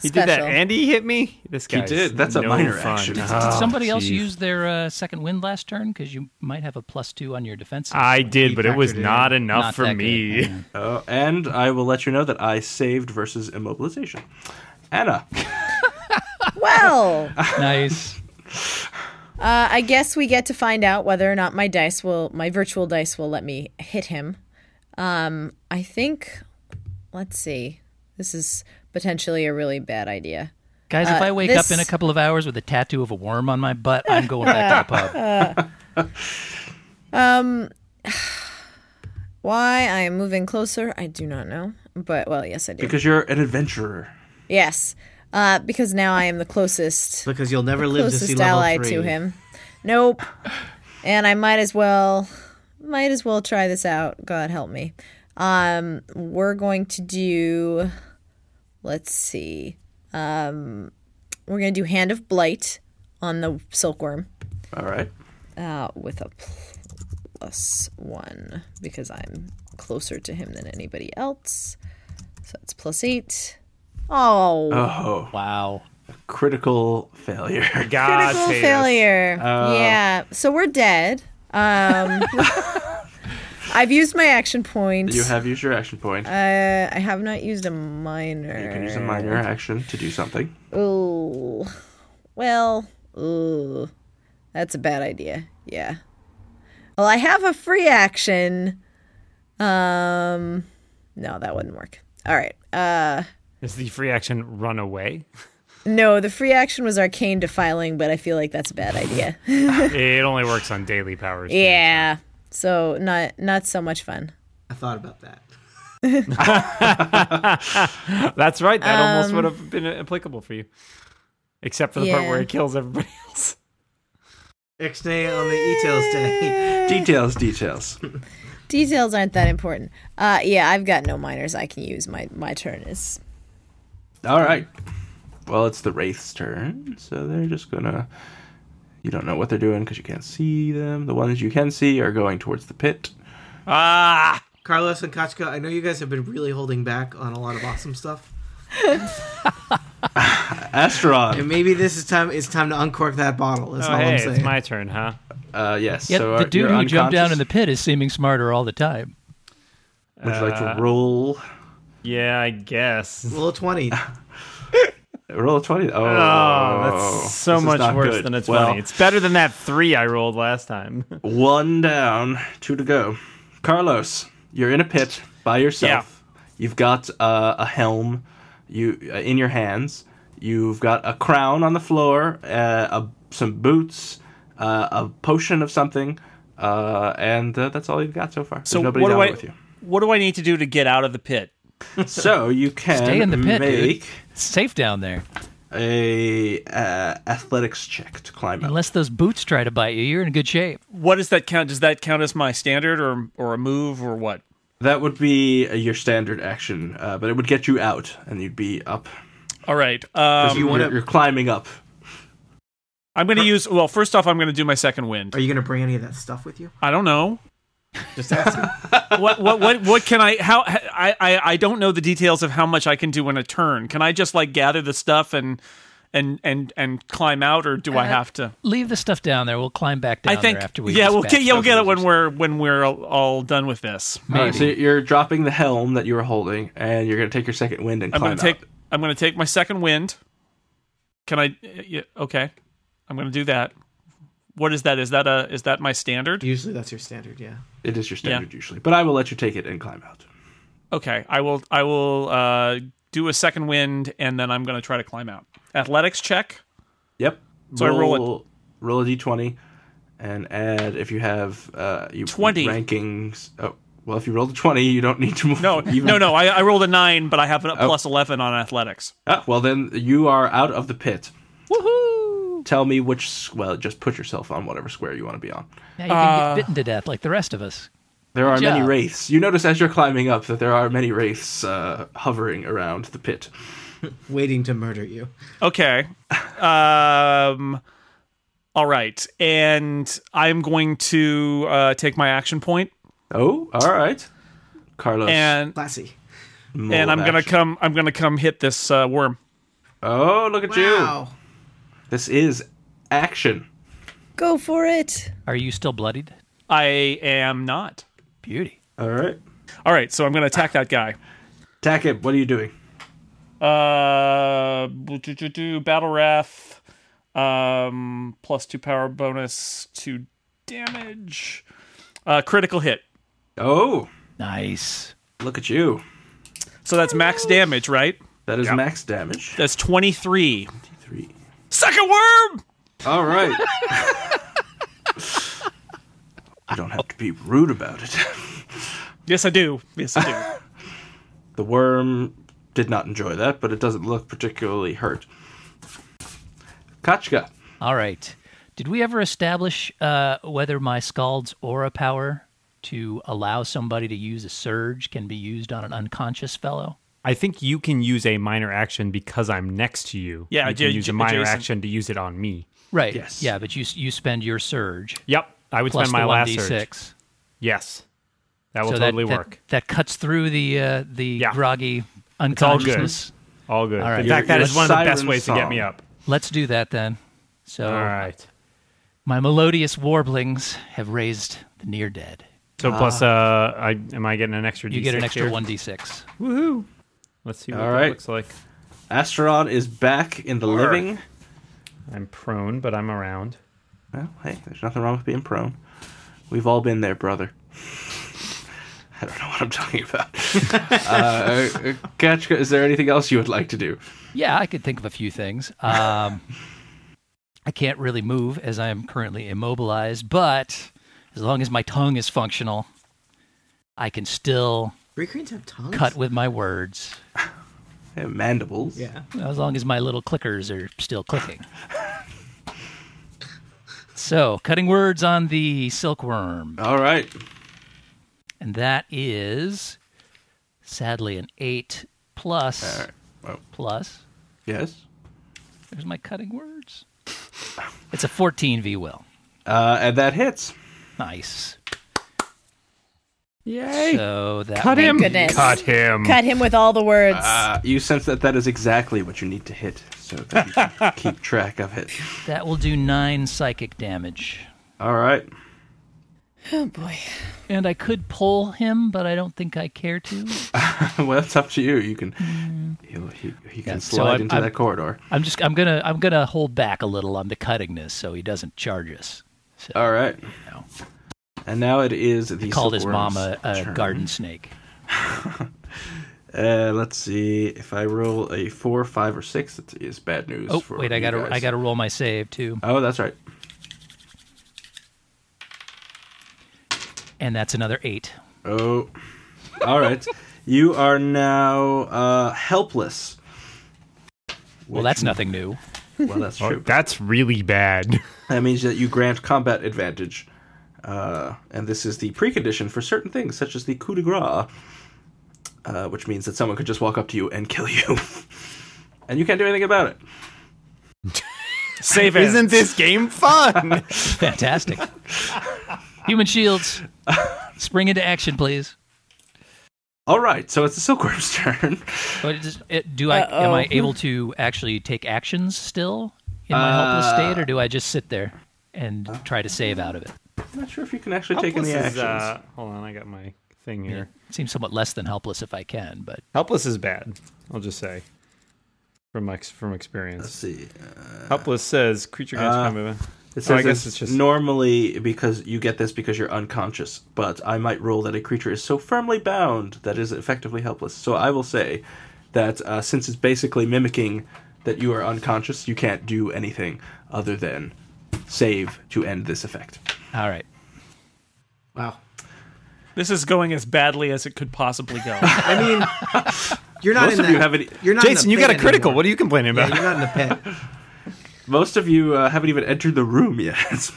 G: he
C: special.
G: did that, and he hit me. This guy
B: did. That's a minor action. Did
G: Oh,
A: Oh,
E: Did somebody else use their uh, second wind last turn? Because you might have a plus two on your defense.
G: I did, but it was
F: factored in.
G: not enough
E: Not
G: for
E: that
G: me.
E: good. Yeah.
B: Uh, and I will let you know that I saved versus immobilization. Anna,
C: well, uh,
E: nice.
C: I guess we get to find out whether or not my dice will, my virtual dice will let me hit him. Um, I think, let's see. This is potentially a really bad idea.
E: Guys, if
C: Uh,
E: I wake
C: this-
E: up in a couple of hours with a tattoo of a worm on my butt, I'm going back to the pub.
C: Why I am moving closer, I do not know. But well, yes, I do.
B: Because you're an adventurer.
C: yes, uh, because now I am the closest,
F: because you'll never live to see
C: closest
F: level
C: ally
F: three.
C: to him. Nope. and I might as well, might as well try this out. God help me. Um, we're going to do. Let's see. Um, we're gonna do hand of blight on the silkworm
B: All right.
C: uh, with a plus one because I'm closer to him than anybody else. So that's plus eight. Oh,
B: Oh,
E: Wow.
B: critical failure.
G: God,
C: critical
G: save us.
C: failure.
B: Oh.
C: yeah. So we're dead. Um, I've used my action point.
B: You have used your action point.
C: Uh, I have not used a minor.
B: you can use a minor action to do something.
C: Ooh. Well, ooh. That's a bad idea. Yeah. Well, I have a free action. Um no, that wouldn't work. All right. Uh
G: Is the free action run away?
C: no, the free action was arcane defiling, but I feel like that's a bad idea.
G: it only works on daily powers. too.
C: yeah. So not not so much fun.
F: I thought about that.
G: That's right. That almost would have been applicable for you, except for the part where
C: Um, yeah.
G: it kills everybody else.
F: Ixnay on the e-tails day.
B: Details, details.
C: Details aren't that important. Uh yeah, I've got no minors I can use. My my turn is
B: All right. Well, it's the wraith's turn, so they're just gonna. You don't know what they're doing because you can't see them. The ones you can see are going towards the pit.
G: Ah,
F: Carlos and Kachka, I know you guys have been really holding back on a lot of awesome stuff. And
B: Asteron.
F: maybe this is time it's time to uncork that bottle. That's
G: oh,
F: all
G: hey,
F: I'm saying.
G: it's my turn, huh?
B: Uh, yes.
E: Yep,
B: so are-
E: the dude
B: you're
E: who jumped down in the
B: unconscious.
E: pit is seeming smarter all the time.
B: Would you like to roll?
G: Yeah, I guess.
F: Little 20.
B: Roll a twenty. Oh,
G: Oh, that's so
B: this is
G: much
B: not
G: worse
B: good.
G: than a 20.
B: Well,
G: it's better than that 3 I rolled last time.
B: One down, two to go. Carlos, you're in a pit by yourself. You've got uh, a helm, you uh, in your hands. You've got a crown on the floor, uh, a, some boots, uh, a potion of something, uh, and uh, that's all you've got so far.
A: So
B: There's nobody
A: what do
B: down
A: I
B: with you.
A: what do I need to do to get out of the pit?
B: So you can
E: Stay in the pit,
B: make
E: dude. It's safe down there.
B: a uh, athletics check to climb up.
E: Unless those boots try to bite you, you're in good shape.
A: What does that count? Does that count as my standard or or a move or what?
B: That would be uh, your standard action, uh, but it would get you out, and you'd be up.
A: All right.
B: 'Cause
A: Um,
B: you're-
F: wanna-
B: you're climbing up.
A: I'm going to use. Well, first off, I'm going to do my second wind.
F: Are you going to bring any of that stuff with you?
A: I don't know.
F: Just asking.
A: What what what what can I? How I, I I don't know the details of how much I can do in a turn. Can I just like gather the stuff and and and and climb out, or do I have to?
E: Leave the stuff down there. We'll climb back Uh, down
A: I think
E: there after we
A: yeah, we'll
E: dispatch
A: get yeah, we'll
E: those
A: get it when
E: losers.
A: we're when we're all, all done with this.
B: All right, so
E: Maybe.
B: you're dropping the helm that you were holding, and you're going to take your second wind and
A: I'm
B: climb
A: gonna take
B: out.
A: I'm gonna take my second wind. Can I? Yeah, okay, I'm gonna do that. What is that? Is that a is that my standard?
F: Usually that's your standard, yeah.
B: It is your standard usually, but I will let you take it and climb out.
A: Okay, I will I will uh, do a second wind and then I'm gonna try to climb out. Athletics check.
B: Yep.
A: So I roll it.
B: roll a d20, and add if you have uh you
A: 20.
B: rankings. Oh, well, if you rolled a twenty, you don't need to move.
A: No,
B: even-
A: no,
B: Oh.
A: no. I, I rolled a nine, but I have a plus eleven on athletics.
B: Ah, well, then you are out of the pit. Woohoo! Tell me which. s- Well, just put yourself on whatever square you want to be on.
E: Now you can
A: uh,
E: get bitten to death like the rest of us.
B: There are many
E: job.
B: wraiths. You notice as you're climbing up that there are many wraiths uh, hovering around the pit.
F: Waiting to murder you.
A: Okay. Um. All right, and I'm going to uh, take my action point,
B: Oh, all right, Carlos.
A: and
F: Classy.
B: Mole
A: and I'm
B: of
A: gonna
B: action.
A: come. I'm gonna come hit this uh, worm.
B: Oh, look at you!
F: Wow.
B: This is action.
C: go for it.
E: Are you still bloodied?
A: I am not.
E: Beauty.
B: All right,
A: All right, so I'm going to attack that guy.
B: attack him. What are you doing?
A: Uh, boo- doo- doo- doo, battle wrath, um, plus two power bonus to damage, uh, critical hit.
B: Oh,
E: Nice.
B: look at you!
A: So that's max damage, right?
B: That is max damage.
A: That's 23.
B: Three.
A: Suck a worm!
B: All right. you don't have to be rude about it.
A: Yes, I do. Yes, I do.
B: The worm did not enjoy that, but it doesn't look particularly hurt. Kachka.
E: All right. Did we ever establish uh, whether my Scald's aura power to allow somebody to use a surge can be used on an unconscious fellow?
D: I think you can use a minor action because I'm next to you.
A: Yeah,
D: you can
A: adja-
D: use a minor
A: adjacent.
D: action to use it on me.
E: Right.
B: Yes.
E: Yeah, but you s- you spend your surge
D: Yep, I would
E: plus
D: spend my
E: the
D: last
E: 1d6.
D: surge. Yes, that will
E: so
D: totally
E: that,
D: work.
E: That, that cuts through the uh, the
D: Yeah.
E: groggy
D: all good.
E: unconsciousness.
D: All good.
E: right.
D: In fact, that
B: Your-
D: is one of the
B: your
D: best
B: siren
D: ways to get me
B: song.
D: up.
E: Let's do that then. So
D: All right.
E: my melodious warblings have raised the near dead.
D: So plus, uh, I am I getting an extra?
E: Ah. You get an
D: D6
E: extra
D: here?
E: one d six.
D: Woohoo! Let's see what
B: All
D: that
B: right.
D: looks like.
B: Asteron is back in the living.
D: I'm prone, but I'm around.
B: Well, hey, there's nothing wrong with being prone. We've all been there, brother. I don't know what I'm talking about. uh, Kachka, is there anything else you would like to do?
E: Yeah, I could think of a few things. Um, I can't really move as I am currently immobilized, but as long as my tongue is functional, I can still
F: Recreants have tongues.
E: cut with my words.
B: Hey, mandibles.
F: Yeah.
E: As long as my little clickers are still clicking. so, cutting words on the silkworm.
B: All right.
E: And that is sadly an 8 plus.
B: All right. Well,
E: plus.
B: yes.
E: There's my cutting words. It's a 14 V will.
B: Uh, and that hits.
E: Nice.
D: Yay!
E: So that
D: Cut
E: will-
D: him!
C: goodness.
D: Cut him!
C: Cut him with all the words.
B: Uh, you sense that that is exactly what you need to hit, so that you can keep track of it.
E: that will do 9 psychic damage.
B: All right.
C: oh boy.
E: And I could pull him, but I don't think I care to.
B: well, it's up to you. You can you, you, you can
E: Mm. Yeah, so
B: slide
E: I'm-
B: into
E: I'm-
B: that corridor.
E: I'm just I'm going to I'm going to hold back a little on the cuttingness so he doesn't charge us. So,
B: All right.
E: No.
B: And now it is the
E: called his
B: silkworm's
E: mom a, a
B: turn.
E: garden snake.
B: Uh, let's see if I roll a four, five, or six. It is bad news.
E: Oh
B: for
E: wait, I
B: you
E: gotta
B: guys.
E: I gotta roll my save too,
B: Oh, that's right.
E: and that's another eight.
B: Oh, all right. you are now uh, helpless.
E: Well, that's nothing new.
B: Well, that's
D: Oh,
B: true.
D: that's really bad.
B: That means that you grant combat advantage. Uh, and this is the precondition for certain things, such as the coup de grace, uh, which means that someone could just walk up to you and kill you. and you can't do anything about it.
A: Save it.
G: Isn't this game fun?
E: Fantastic. Human shields, spring into action, please.
B: All right, so it's the silkworm's turn.
E: But it just- it- do I am I
C: Uh-oh.
E: able to actually take actions still in my helpless state, or do I just sit there and try to save out of it?
B: I'm not sure if you can actually take any
D: Helpless
B: actions.
D: is, uh, hold on, I got my thing here.
E: It seems somewhat less than helpless if I can, but
D: Helpless is bad. I'll just say, from ex- from
B: Let's
D: experience.
B: see.
D: Helpless says creature gains
B: Uh,
D: combat.
B: It
D: So Oh, I
B: says
D: guess
B: this
D: it's just-
B: normally because you get this because you're unconscious, but I might rule that a creature is so firmly bound that it is effectively helpless. So I will say that uh, since it's basically mimicking that you are unconscious, you can't do anything other than save to end this effect.
E: all right.
F: Wow.
A: This is going as badly as it could possibly go.
F: I mean, you're not
B: Most
F: in
B: of
F: that.
B: you have any-
F: You're not in
D: Jason,
F: the
D: you got a
F: pit
D: critical.
F: anymore.
D: What are you complaining about?
F: Yeah, you're not in the pit.
B: Most of you uh, haven't even entered the room yet.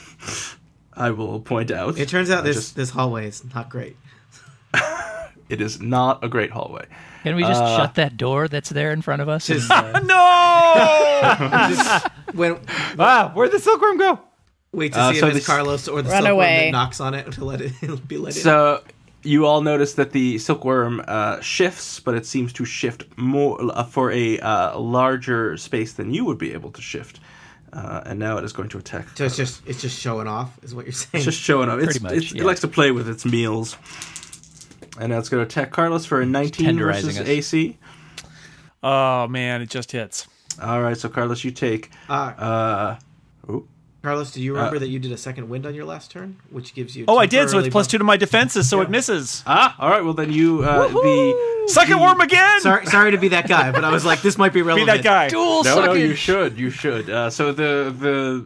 B: I will point out.
F: It turns out
B: I
F: this
B: just-
F: this hallway is not great.
B: it is not a great hallway.
E: Can we just shut that door that's there in front of us?
F: Just-
E: And, uh,
F: When
D: Ah, where'd the silkworm go?
F: wait to
B: Uh,
F: see
B: so
F: if
B: this-
F: it's Carlos or the
C: Run
F: silkworm
C: away.
F: that knocks on it to let it be let in.
B: So you all notice that the silkworm uh, shifts, but it seems to shift more uh, for a uh, larger space than you would be able to shift. Uh, and now it is going to attack.
F: So it's just it's just showing off, is what you're saying.
B: It's just showing up. It's,
E: Pretty much,
B: it's-
E: yeah.
B: It likes to play with its meals. And now it's going to attack Carlos for a 19 versus
E: tenderizing us.
B: AC.
A: oh man, it just hits.
B: All right, so Carlos, you take
F: uh,
B: uh, oh,
F: Carlos, do you remember that you did a second wind on your last turn, which gives you?
A: Oh, I did. So it's
F: temporarily
A: plus
F: buff-
A: two to my defenses, so it misses.
B: Ah, all right. Well, then you uh, the
A: Suck it warm again.
F: Sorry, sorry to be that guy, but I was like, this might be
A: Be
F: relevant.
A: that guy.
B: no,
E: Dual
B: no,
E: suckage.
B: you should, you should. Uh, so the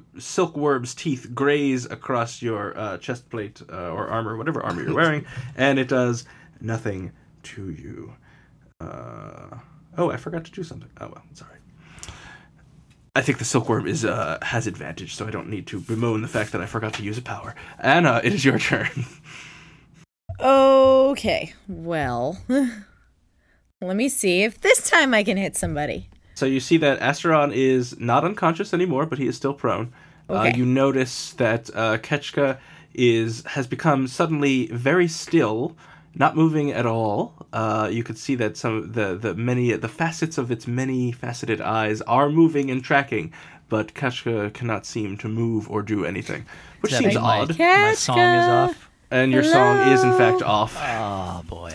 B: the silkworm's teeth graze across your uh, chest plate uh, or armor, whatever armor you're wearing, and it does nothing to you. Uh, oh, I forgot to do something. Oh well, sorry. I think the silkworm is uh, has advantage, so I don't need to bemoan the fact that I forgot to use a power. Anna, it is your turn.
C: Okay, well, let me see if this time I can hit somebody.
B: So you see that Asteron is not unconscious anymore, but he is still prone. Uh,
C: Okay.
B: you notice that uh, Ketchka is has become suddenly very still, not moving at all. Uh, you could see that some of the the many the facets of its many faceted eyes are moving and tracking, but Ketchka cannot seem to move or do anything, which
E: Does that
B: seems
E: mean my-
B: odd.
E: My song is
C: Katka.
E: off.
B: And your song is in fact off.
E: Oh boy,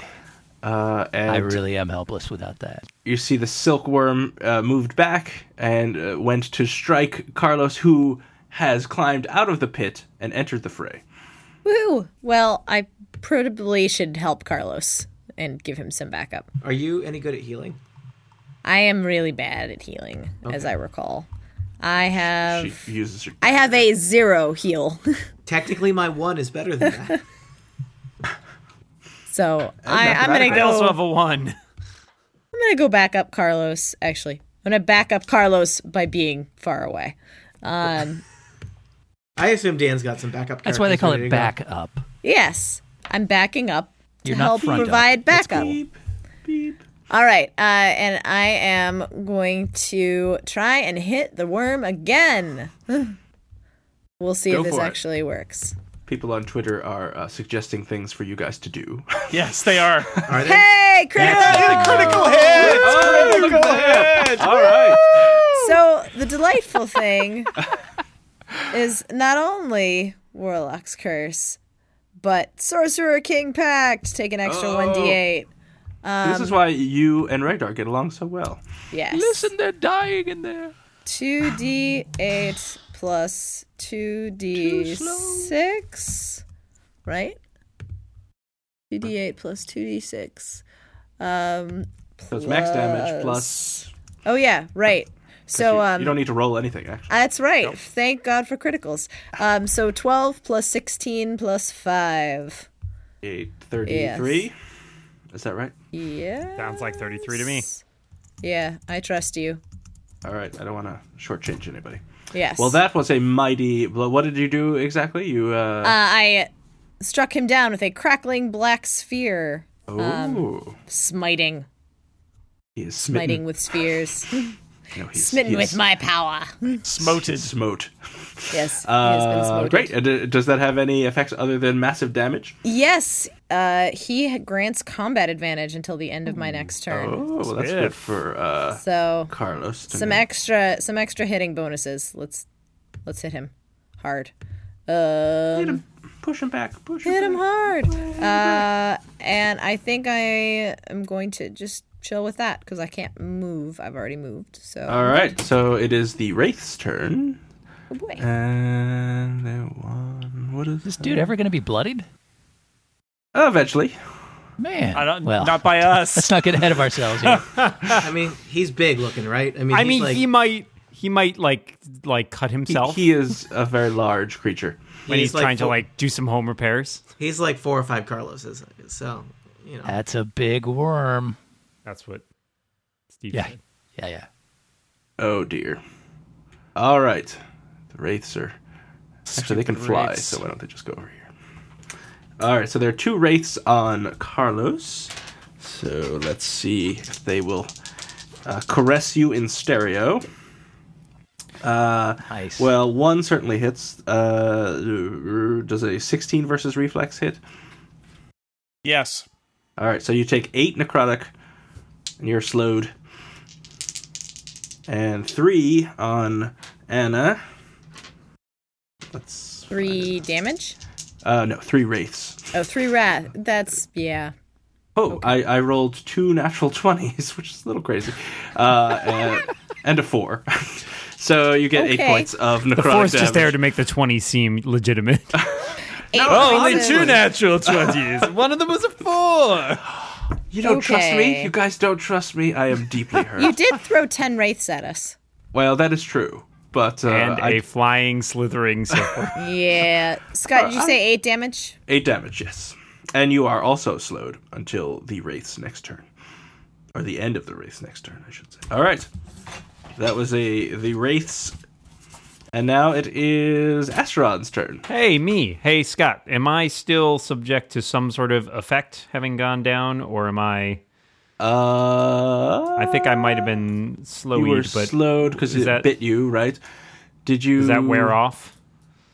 B: Uh, and
E: I really am helpless without that.
B: you see the silkworm uh, moved back and uh, went to strike Carlos, who has climbed out of the pit and entered the fray.
C: Woo! Well, I probably should help Carlos and give him some backup.
F: Are you any good at healing?
C: I am really bad at healing, as I recall. I have
B: She uses her.
C: I have a zero heal,
F: Technically, my one is better than that.
C: so I, I'm gonna
G: I also
C: go.
G: have a one.
C: I'm gonna go back up Carlos. Actually, I'm gonna back up Carlos by being far away. Um,
F: I assume Dan's got some backup.
E: That's why they
F: characters
E: call
F: ready
E: it
F: to go.
E: back up.
C: yes, I'm backing up to
E: You're not
C: help
E: front up.
C: provide backup.
B: Beep, beep.
C: All right, uh, and I am going to try and hit the worm again. we'll see
B: Go
C: if this
B: for it.
C: actually works.
B: People on Twitter are uh, suggesting things for you guys to do.
A: Yes, they are.
F: Are they?
C: Hey, critical!
A: Critical hit. Critical hit.
B: All right.
C: So the delightful thing is not only Warlock's Curse, but Sorcerer King Pact. Take an extra
B: Oh.
C: one d8.
B: this is why you and Radar get along so well.
C: Yes.
E: Listen, they're dying in there.
C: 2d8 plus 2d6, right? 2d8 plus 2d6. Um,
B: So it's max damage plus.
C: oh yeah, right. So
B: you,
C: um,
B: you don't need to roll anything actually.
C: that's right. Thank God for criticals. Um, so 12 plus 16 plus 5.
B: Eight thirty-three. Is that right?
C: Yeah.
G: Sounds like 33 to me.
C: Yeah, I trust you.
B: All right. I don't want to shortchange anybody.
C: Yes.
B: Well, that was a mighty blow. What did you do exactly? You. Uh,
C: Uh, I struck him down with a crackling black sphere, Um,
B: oh.
C: smiting.
B: He is
C: Smiting
B: smitten.
C: with spheres.
B: No, he's,
C: Smitten
B: he
C: with
B: is
C: my power.
A: Smoted.
B: smote.
C: Yes. he has been
B: Uh,
C: smoted.
B: great. Uh, d- Does that have any effects other than massive damage?
C: Yes. Uh, he grants combat advantage until the end of my next turn.
B: Oh, well, that's good for uh,
C: So
B: Carlos. To
C: some
B: know.
C: extra some extra hitting bonuses. Let's let's hit him hard. Uh,
B: Hit him. Push him back. Push him.
C: hit him
B: back.
C: hard. Uh, and I think I am going to just chill with that because I can't move. I've already moved. So
B: All right. So it is the wraith's turn,
C: oh boy.
B: and there one. What is
E: This dude ever going to be bloodied?
B: Oh, eventually.
E: Man,
A: I don't,
E: well,
A: Uh, Not by us.
E: let's not get ahead of ourselves here.
F: I mean, he's big looking, right? I mean,
G: I
F: he's
G: mean,
F: like,
G: he might he might like like cut
B: He,
G: himself
B: he is a very large creature.
G: when he's,
F: he's like
G: trying to
F: full-
G: like do some home repairs.
F: he's like four or five Carloses. So you know,
E: That's a big worm.
G: That's what Steve
E: Yeah,
G: said.
E: yeah, yeah.
B: Oh dear. All right. The wraiths are. Actually, they can fly,
G: wraiths.
B: so why don't they just go over here? All right, so there are two wraiths on Carlos. So let's see if they will uh, caress you in stereo.
E: Nice.
B: Well, one certainly hits. Uh, does a 16 versus reflex hit?
A: Yes.
B: All right, so you take eight necrotic, and you're slowed. And three on Anna. Let's
C: Three damage.
B: Uh, no, three wraiths.
C: Oh, three wrath. That's yeah.
B: Oh, I, I rolled two natural twenties, which is a little crazy, uh, and, and a four. So you get eight
C: Okay.
B: points of necrotic
D: The
B: damage.
D: force just there to make the 20 seem legitimate.
C: Eight
A: Only
C: points.
A: two natural 20s. One of them was a four.
B: You don't trust me?
C: Okay.
B: You guys don't trust me? I am deeply hurt.
C: You did throw ten wraiths at us.
B: Well, that is true. But uh,
D: and
B: I-
D: a flying, slithering serpent.
C: Yeah, Scott, did you say eight damage?
B: eight damage, yes. And you are also slowed until the wraith's next turn, or the end of the wraith's next turn, I should say. All right, that was a the wraith's, and now it is Asteron's turn.
D: Hey, me. Hey, Scott. Am I still subject to some sort of effect having gone down, or am I?
B: Uh,
D: I think I might have been slowied,
B: you were
D: but
B: slowed because
D: is
B: it
D: that-
B: bit you, right? Did you?
D: does that wear off?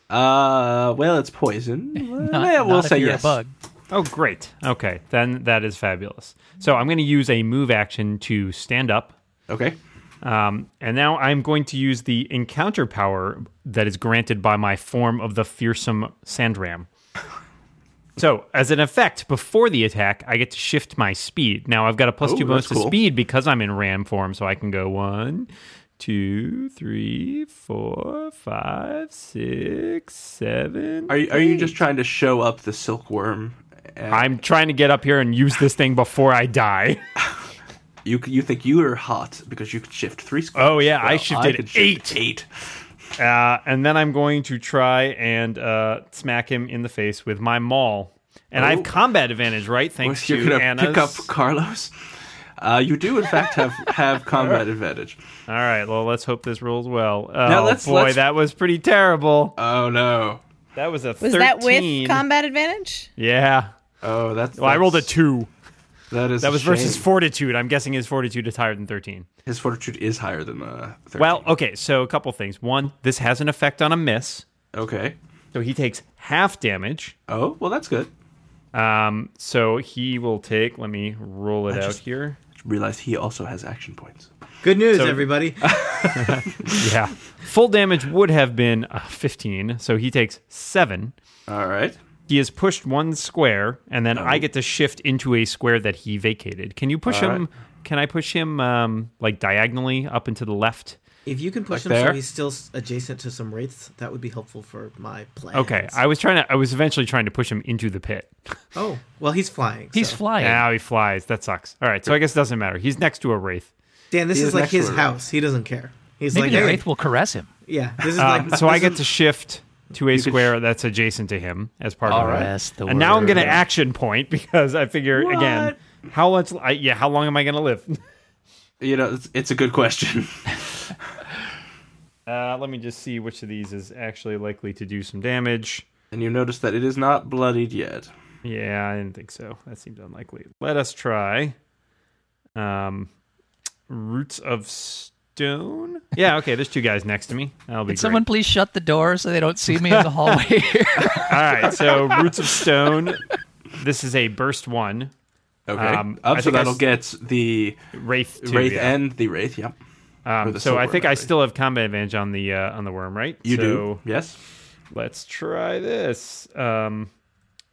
B: Uh, well, it's poison.
E: Not,
B: yeah, we'll
E: not if
B: say
E: you're
B: yes.
E: a bug.
D: Oh, great. Okay, then that is fabulous. So I'm going to use a move action to stand up,
B: Okay.
D: um, and now I'm going to use the encounter power that is granted by my form of the fearsome sandram. So, as an effect, before the attack, I get to shift my speed. Now, I've got a plus
B: Oh,
D: two bonus
B: that's cool.
D: to speed because I'm in ram form, so I can go one, two, three, four, five, six, seven.
B: Are you, are you just trying to show up the silkworm? And
D: I'm trying to get up here and use this thing before I die.
B: You you think you are hot because you could shift three squares?
D: Oh, yeah, I shifted
B: could shift eight.
D: Uh, and then I'm going to try and uh, smack him in the face with my maul. And I
B: Oh.
D: have combat advantage, right? Thanks
B: You're
D: to
B: gonna
D: Anna's.
B: pick up Carlos. Uh, you do in fact have have combat advantage.
D: All right. Well, let's hope this rolls well. Oh
B: Now let's-
D: boy,
B: let's-
D: that was pretty terrible.
B: Oh no.
D: That was a
C: Was
D: 13.
C: that with combat advantage?
D: Yeah.
B: Oh, that's.
D: Well, I rolled a
B: that's-
D: two.
B: That is.
D: That was
B: a shame.
D: versus fortitude. I'm guessing his fortitude is higher than 13.
B: His fortitude is higher than uh. 13.
D: Well, okay. So a couple things. One, this has an effect on a miss,
B: okay.
D: so he takes half damage.
B: Oh, well, that's good.
D: Um, so he will take. Let me roll it out
B: just-
D: here.
B: Realized he also has action points.
F: Good news, everybody.
D: Yeah. Full damage would have been uh, 15, so he takes 7.
B: All right.
D: He has pushed one square, and then I get to shift into a square that he vacated. Can you push
B: All
D: him? Can I push him um, like diagonally up into the left?
F: If you can push him so
B: there?
F: he's still s- adjacent to some wraiths, that would be helpful for my plan.
D: Okay. I was trying to. I was eventually trying to push him into the pit.
F: oh, well, he's flying.
E: He's
F: so-
E: flying.
D: Now he flies. That sucks. All right. So I guess it doesn't matter. He's next to a wraith.
F: Dan, this
B: He
F: is
B: is
F: like
B: next to
F: his
B: a wraith.
F: house. He doesn't care. He's
E: Maybe
F: like,
E: the
F: hey,
E: wraith will caress him.
F: yeah, this is
D: Um,
F: like.
D: so I
F: this
D: get
F: is-
D: to shift to a square that's adjacent to him as part of it.
E: Caress the
D: And now I'm
E: word.
D: going to action point because I figure again, how much? I, yeah, how long am I going to live?
B: You know, it's, it's a good question.
D: Uh, let me just see which of these is actually likely to do some damage.
B: and you notice that it is not bloodied yet.
D: Yeah, I didn't think so. That seems unlikely. Let us try. Um, roots of stone. Yeah, okay. There's two guys next to me. That'll be
E: Can
D: great.
E: someone please shut the door so they don't see me in the hallway here?
D: All right. So roots of stone. This is a burst one.
B: Okay.
D: Um,
B: Up,
D: I
B: so
D: think I
B: that'll get
D: s-
B: the
D: Wraith two.
B: wraith
D: yeah.
B: and the wraith. Yeah.
D: Um,
B: or the
D: so I
B: silver,
D: think I
B: rather.
D: still have combat advantage on the uh, on the worm, right?
B: You
D: so
B: do. Yes.
D: Let's try this. Um,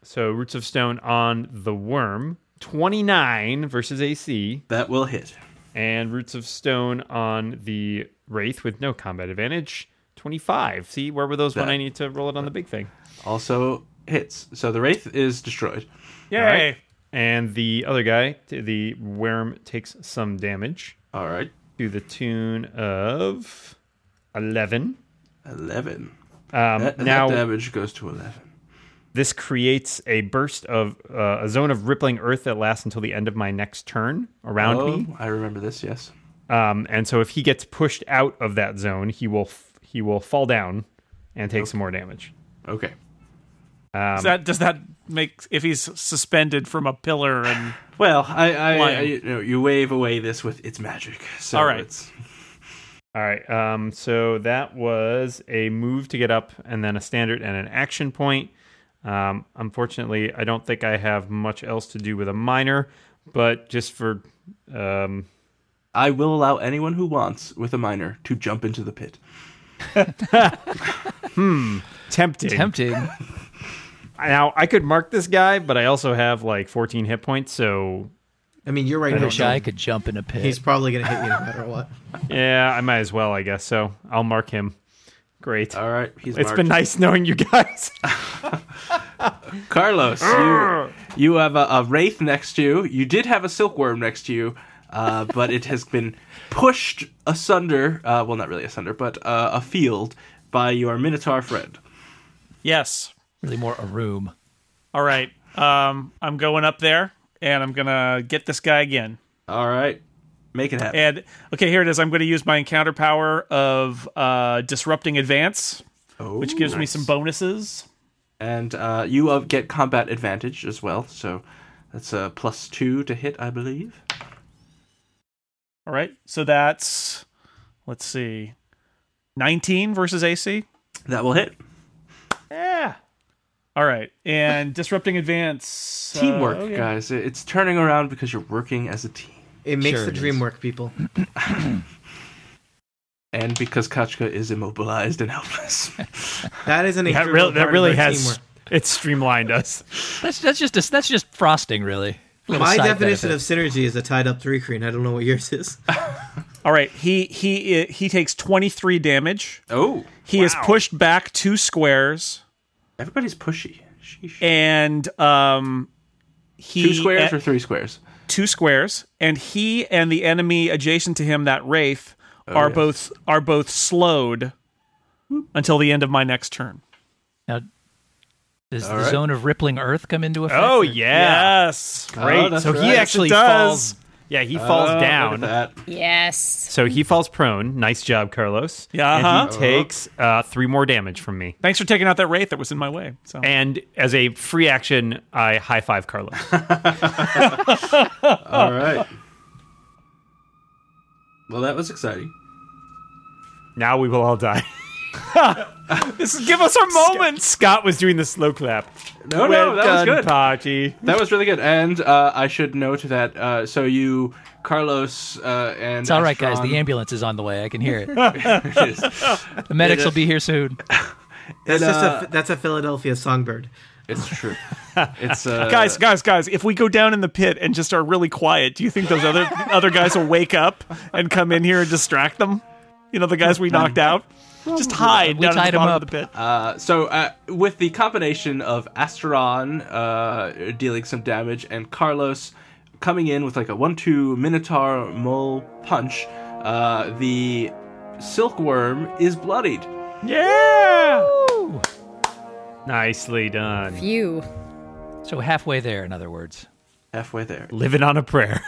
D: so roots of stone on the worm, twenty nine versus AC,
B: That will hit.
D: and roots of stone on the wraith with no combat advantage, twenty five. See where were those when
B: That-
D: I need to roll it on the big thing?
B: Also hits. So the wraith is destroyed.
D: Yay! right. And the other guy, t- the worm takes some damage
B: All right.
D: to the tune of eleven.
B: Eleven.
D: Um,
B: That,
D: now
B: that damage goes to eleven.
D: This creates a burst of uh, a zone of rippling earth that lasts until the end of my next turn around
B: oh,
D: me.
B: I remember this. Yes.
D: Um, and so if he gets pushed out of that zone, he will f- he will fall down and take some more damage.
B: Okay.
A: Does that does that make if he's suspended from a pillar and
B: Well, I, I, I
A: Lion.
B: you, know, you wave away this with its magic. So
A: All right.
B: It's,
D: All right. Um, so that was a move to get up, and then a standard and an action point. Um, unfortunately, I don't think I have much else to do with a minor, but just for um,
B: I will allow anyone who wants with a minor to jump into the pit.
D: tempting.
E: Tempting.
D: Now I could mark this guy, but I also have like 14 hit points, so
F: I mean, you're right.
E: I
F: now,
E: wish
F: so
E: I could jump in a pit.
F: He's probably going to hit you no matter what.
G: Yeah, I might as well, I guess. So I'll mark him. Great.
B: All right, he's
G: It's
B: marked.
G: been nice knowing you guys.
B: Carlos, you, you have a, a wraith next to you. You did have a silkworm next to you, uh, but it has been pushed asunder. Uh, well, not really asunder, but uh, afield by your minotaur friend.
A: Yes.
E: really more a room.
A: All right. Um, I'm going up there and I'm gonna get this guy again.
B: All right, make it happen.
A: And okay, here it is. I'm going to use my encounter power of uh, disrupting advance, which gives me some bonuses.
B: Oh, And uh, you uh, get combat advantage as well, so that's a plus two to hit, I believe.
A: All right, so that's let's see, 19 versus AC.
B: That will hit.
A: Yeah. All right, and disrupting advance. uh,
B: Teamwork,
A: okay.
B: guys. It- It's turning around because you're working as a team.
F: It makes
E: Sure
F: the
E: it
F: dream
E: is.
F: work, people.
B: And because Kachka is immobilized and helpless.
F: That is an
G: that,
F: integral
G: real- that
F: part of
G: really
F: our
G: has
F: teamwork.
G: it streamlined us.
E: That's that's just a, that's just frosting, really. Little
F: My
E: side
F: definition
E: benefit.
F: of synergy is a tied up three crean. I don't know what yours is.
A: All right, he he he takes 23 damage.
B: oh,
A: He is pushed back two squares,
B: everybody's pushy. Sheesh.
A: and um, he
B: Two squares
A: eh,
B: or three squares?
A: two squares, and he and the enemy adjacent to him, that wraith, are
B: Oh, yes.
A: both are both slowed until the end of my next turn.
E: Now, does the
B: right.
E: zone of rippling earth come into effect?
G: Oh
E: or-
G: yeah,
A: Yes.
B: Oh,
G: great.
B: that's
G: so
B: right.
G: he
B: Yes, it
G: actually
A: does.
G: falls. Yeah, he falls
B: Oh,
G: down.
B: Look at that.
C: Yes.
G: So he falls prone. Nice job, Carlos.
A: Yeah,
G: And
A: uh-huh.
G: he takes uh, three more damage from me.
A: Thanks for taking out that wraith that was in my way. So
G: And as a free action, I high five Carlos.
B: All right. Well, that was exciting.
G: now we will all die.
A: this give us our moment.
G: Scott was doing the slow clap.
B: No, no,
G: Well
B: that
G: done,
B: was good.
G: Party.
B: That was really good. And uh, I should note that uh, so you, Carlos, uh, and
E: It's all right, guys. The ambulance is on the way. I can hear it.
B: ambulance.
E: The medics will be here soon.
F: That's
B: It,
F: just
B: uh,
F: a that's a Philadelphia songbird.
B: it's true. It's uh,
A: Guys, guys, guys, if we go down in the pit and just are really quiet, do you think those other other guys will wake up and come in here and distract them? You know, the guys we knocked out? Just hide
E: We
A: down at
E: tied
A: the
E: 'em
A: bottom
E: up.
A: of the pit.
B: Uh, so uh, with the combination of Asteron uh, dealing some damage and Carlos coming in with like a one-two Minotaur mole punch, uh, the silkworm is bloodied.
G: Yeah. Nicely done.
C: You.
E: So halfway there, in other words.
B: Halfway there.
G: Living on a prayer.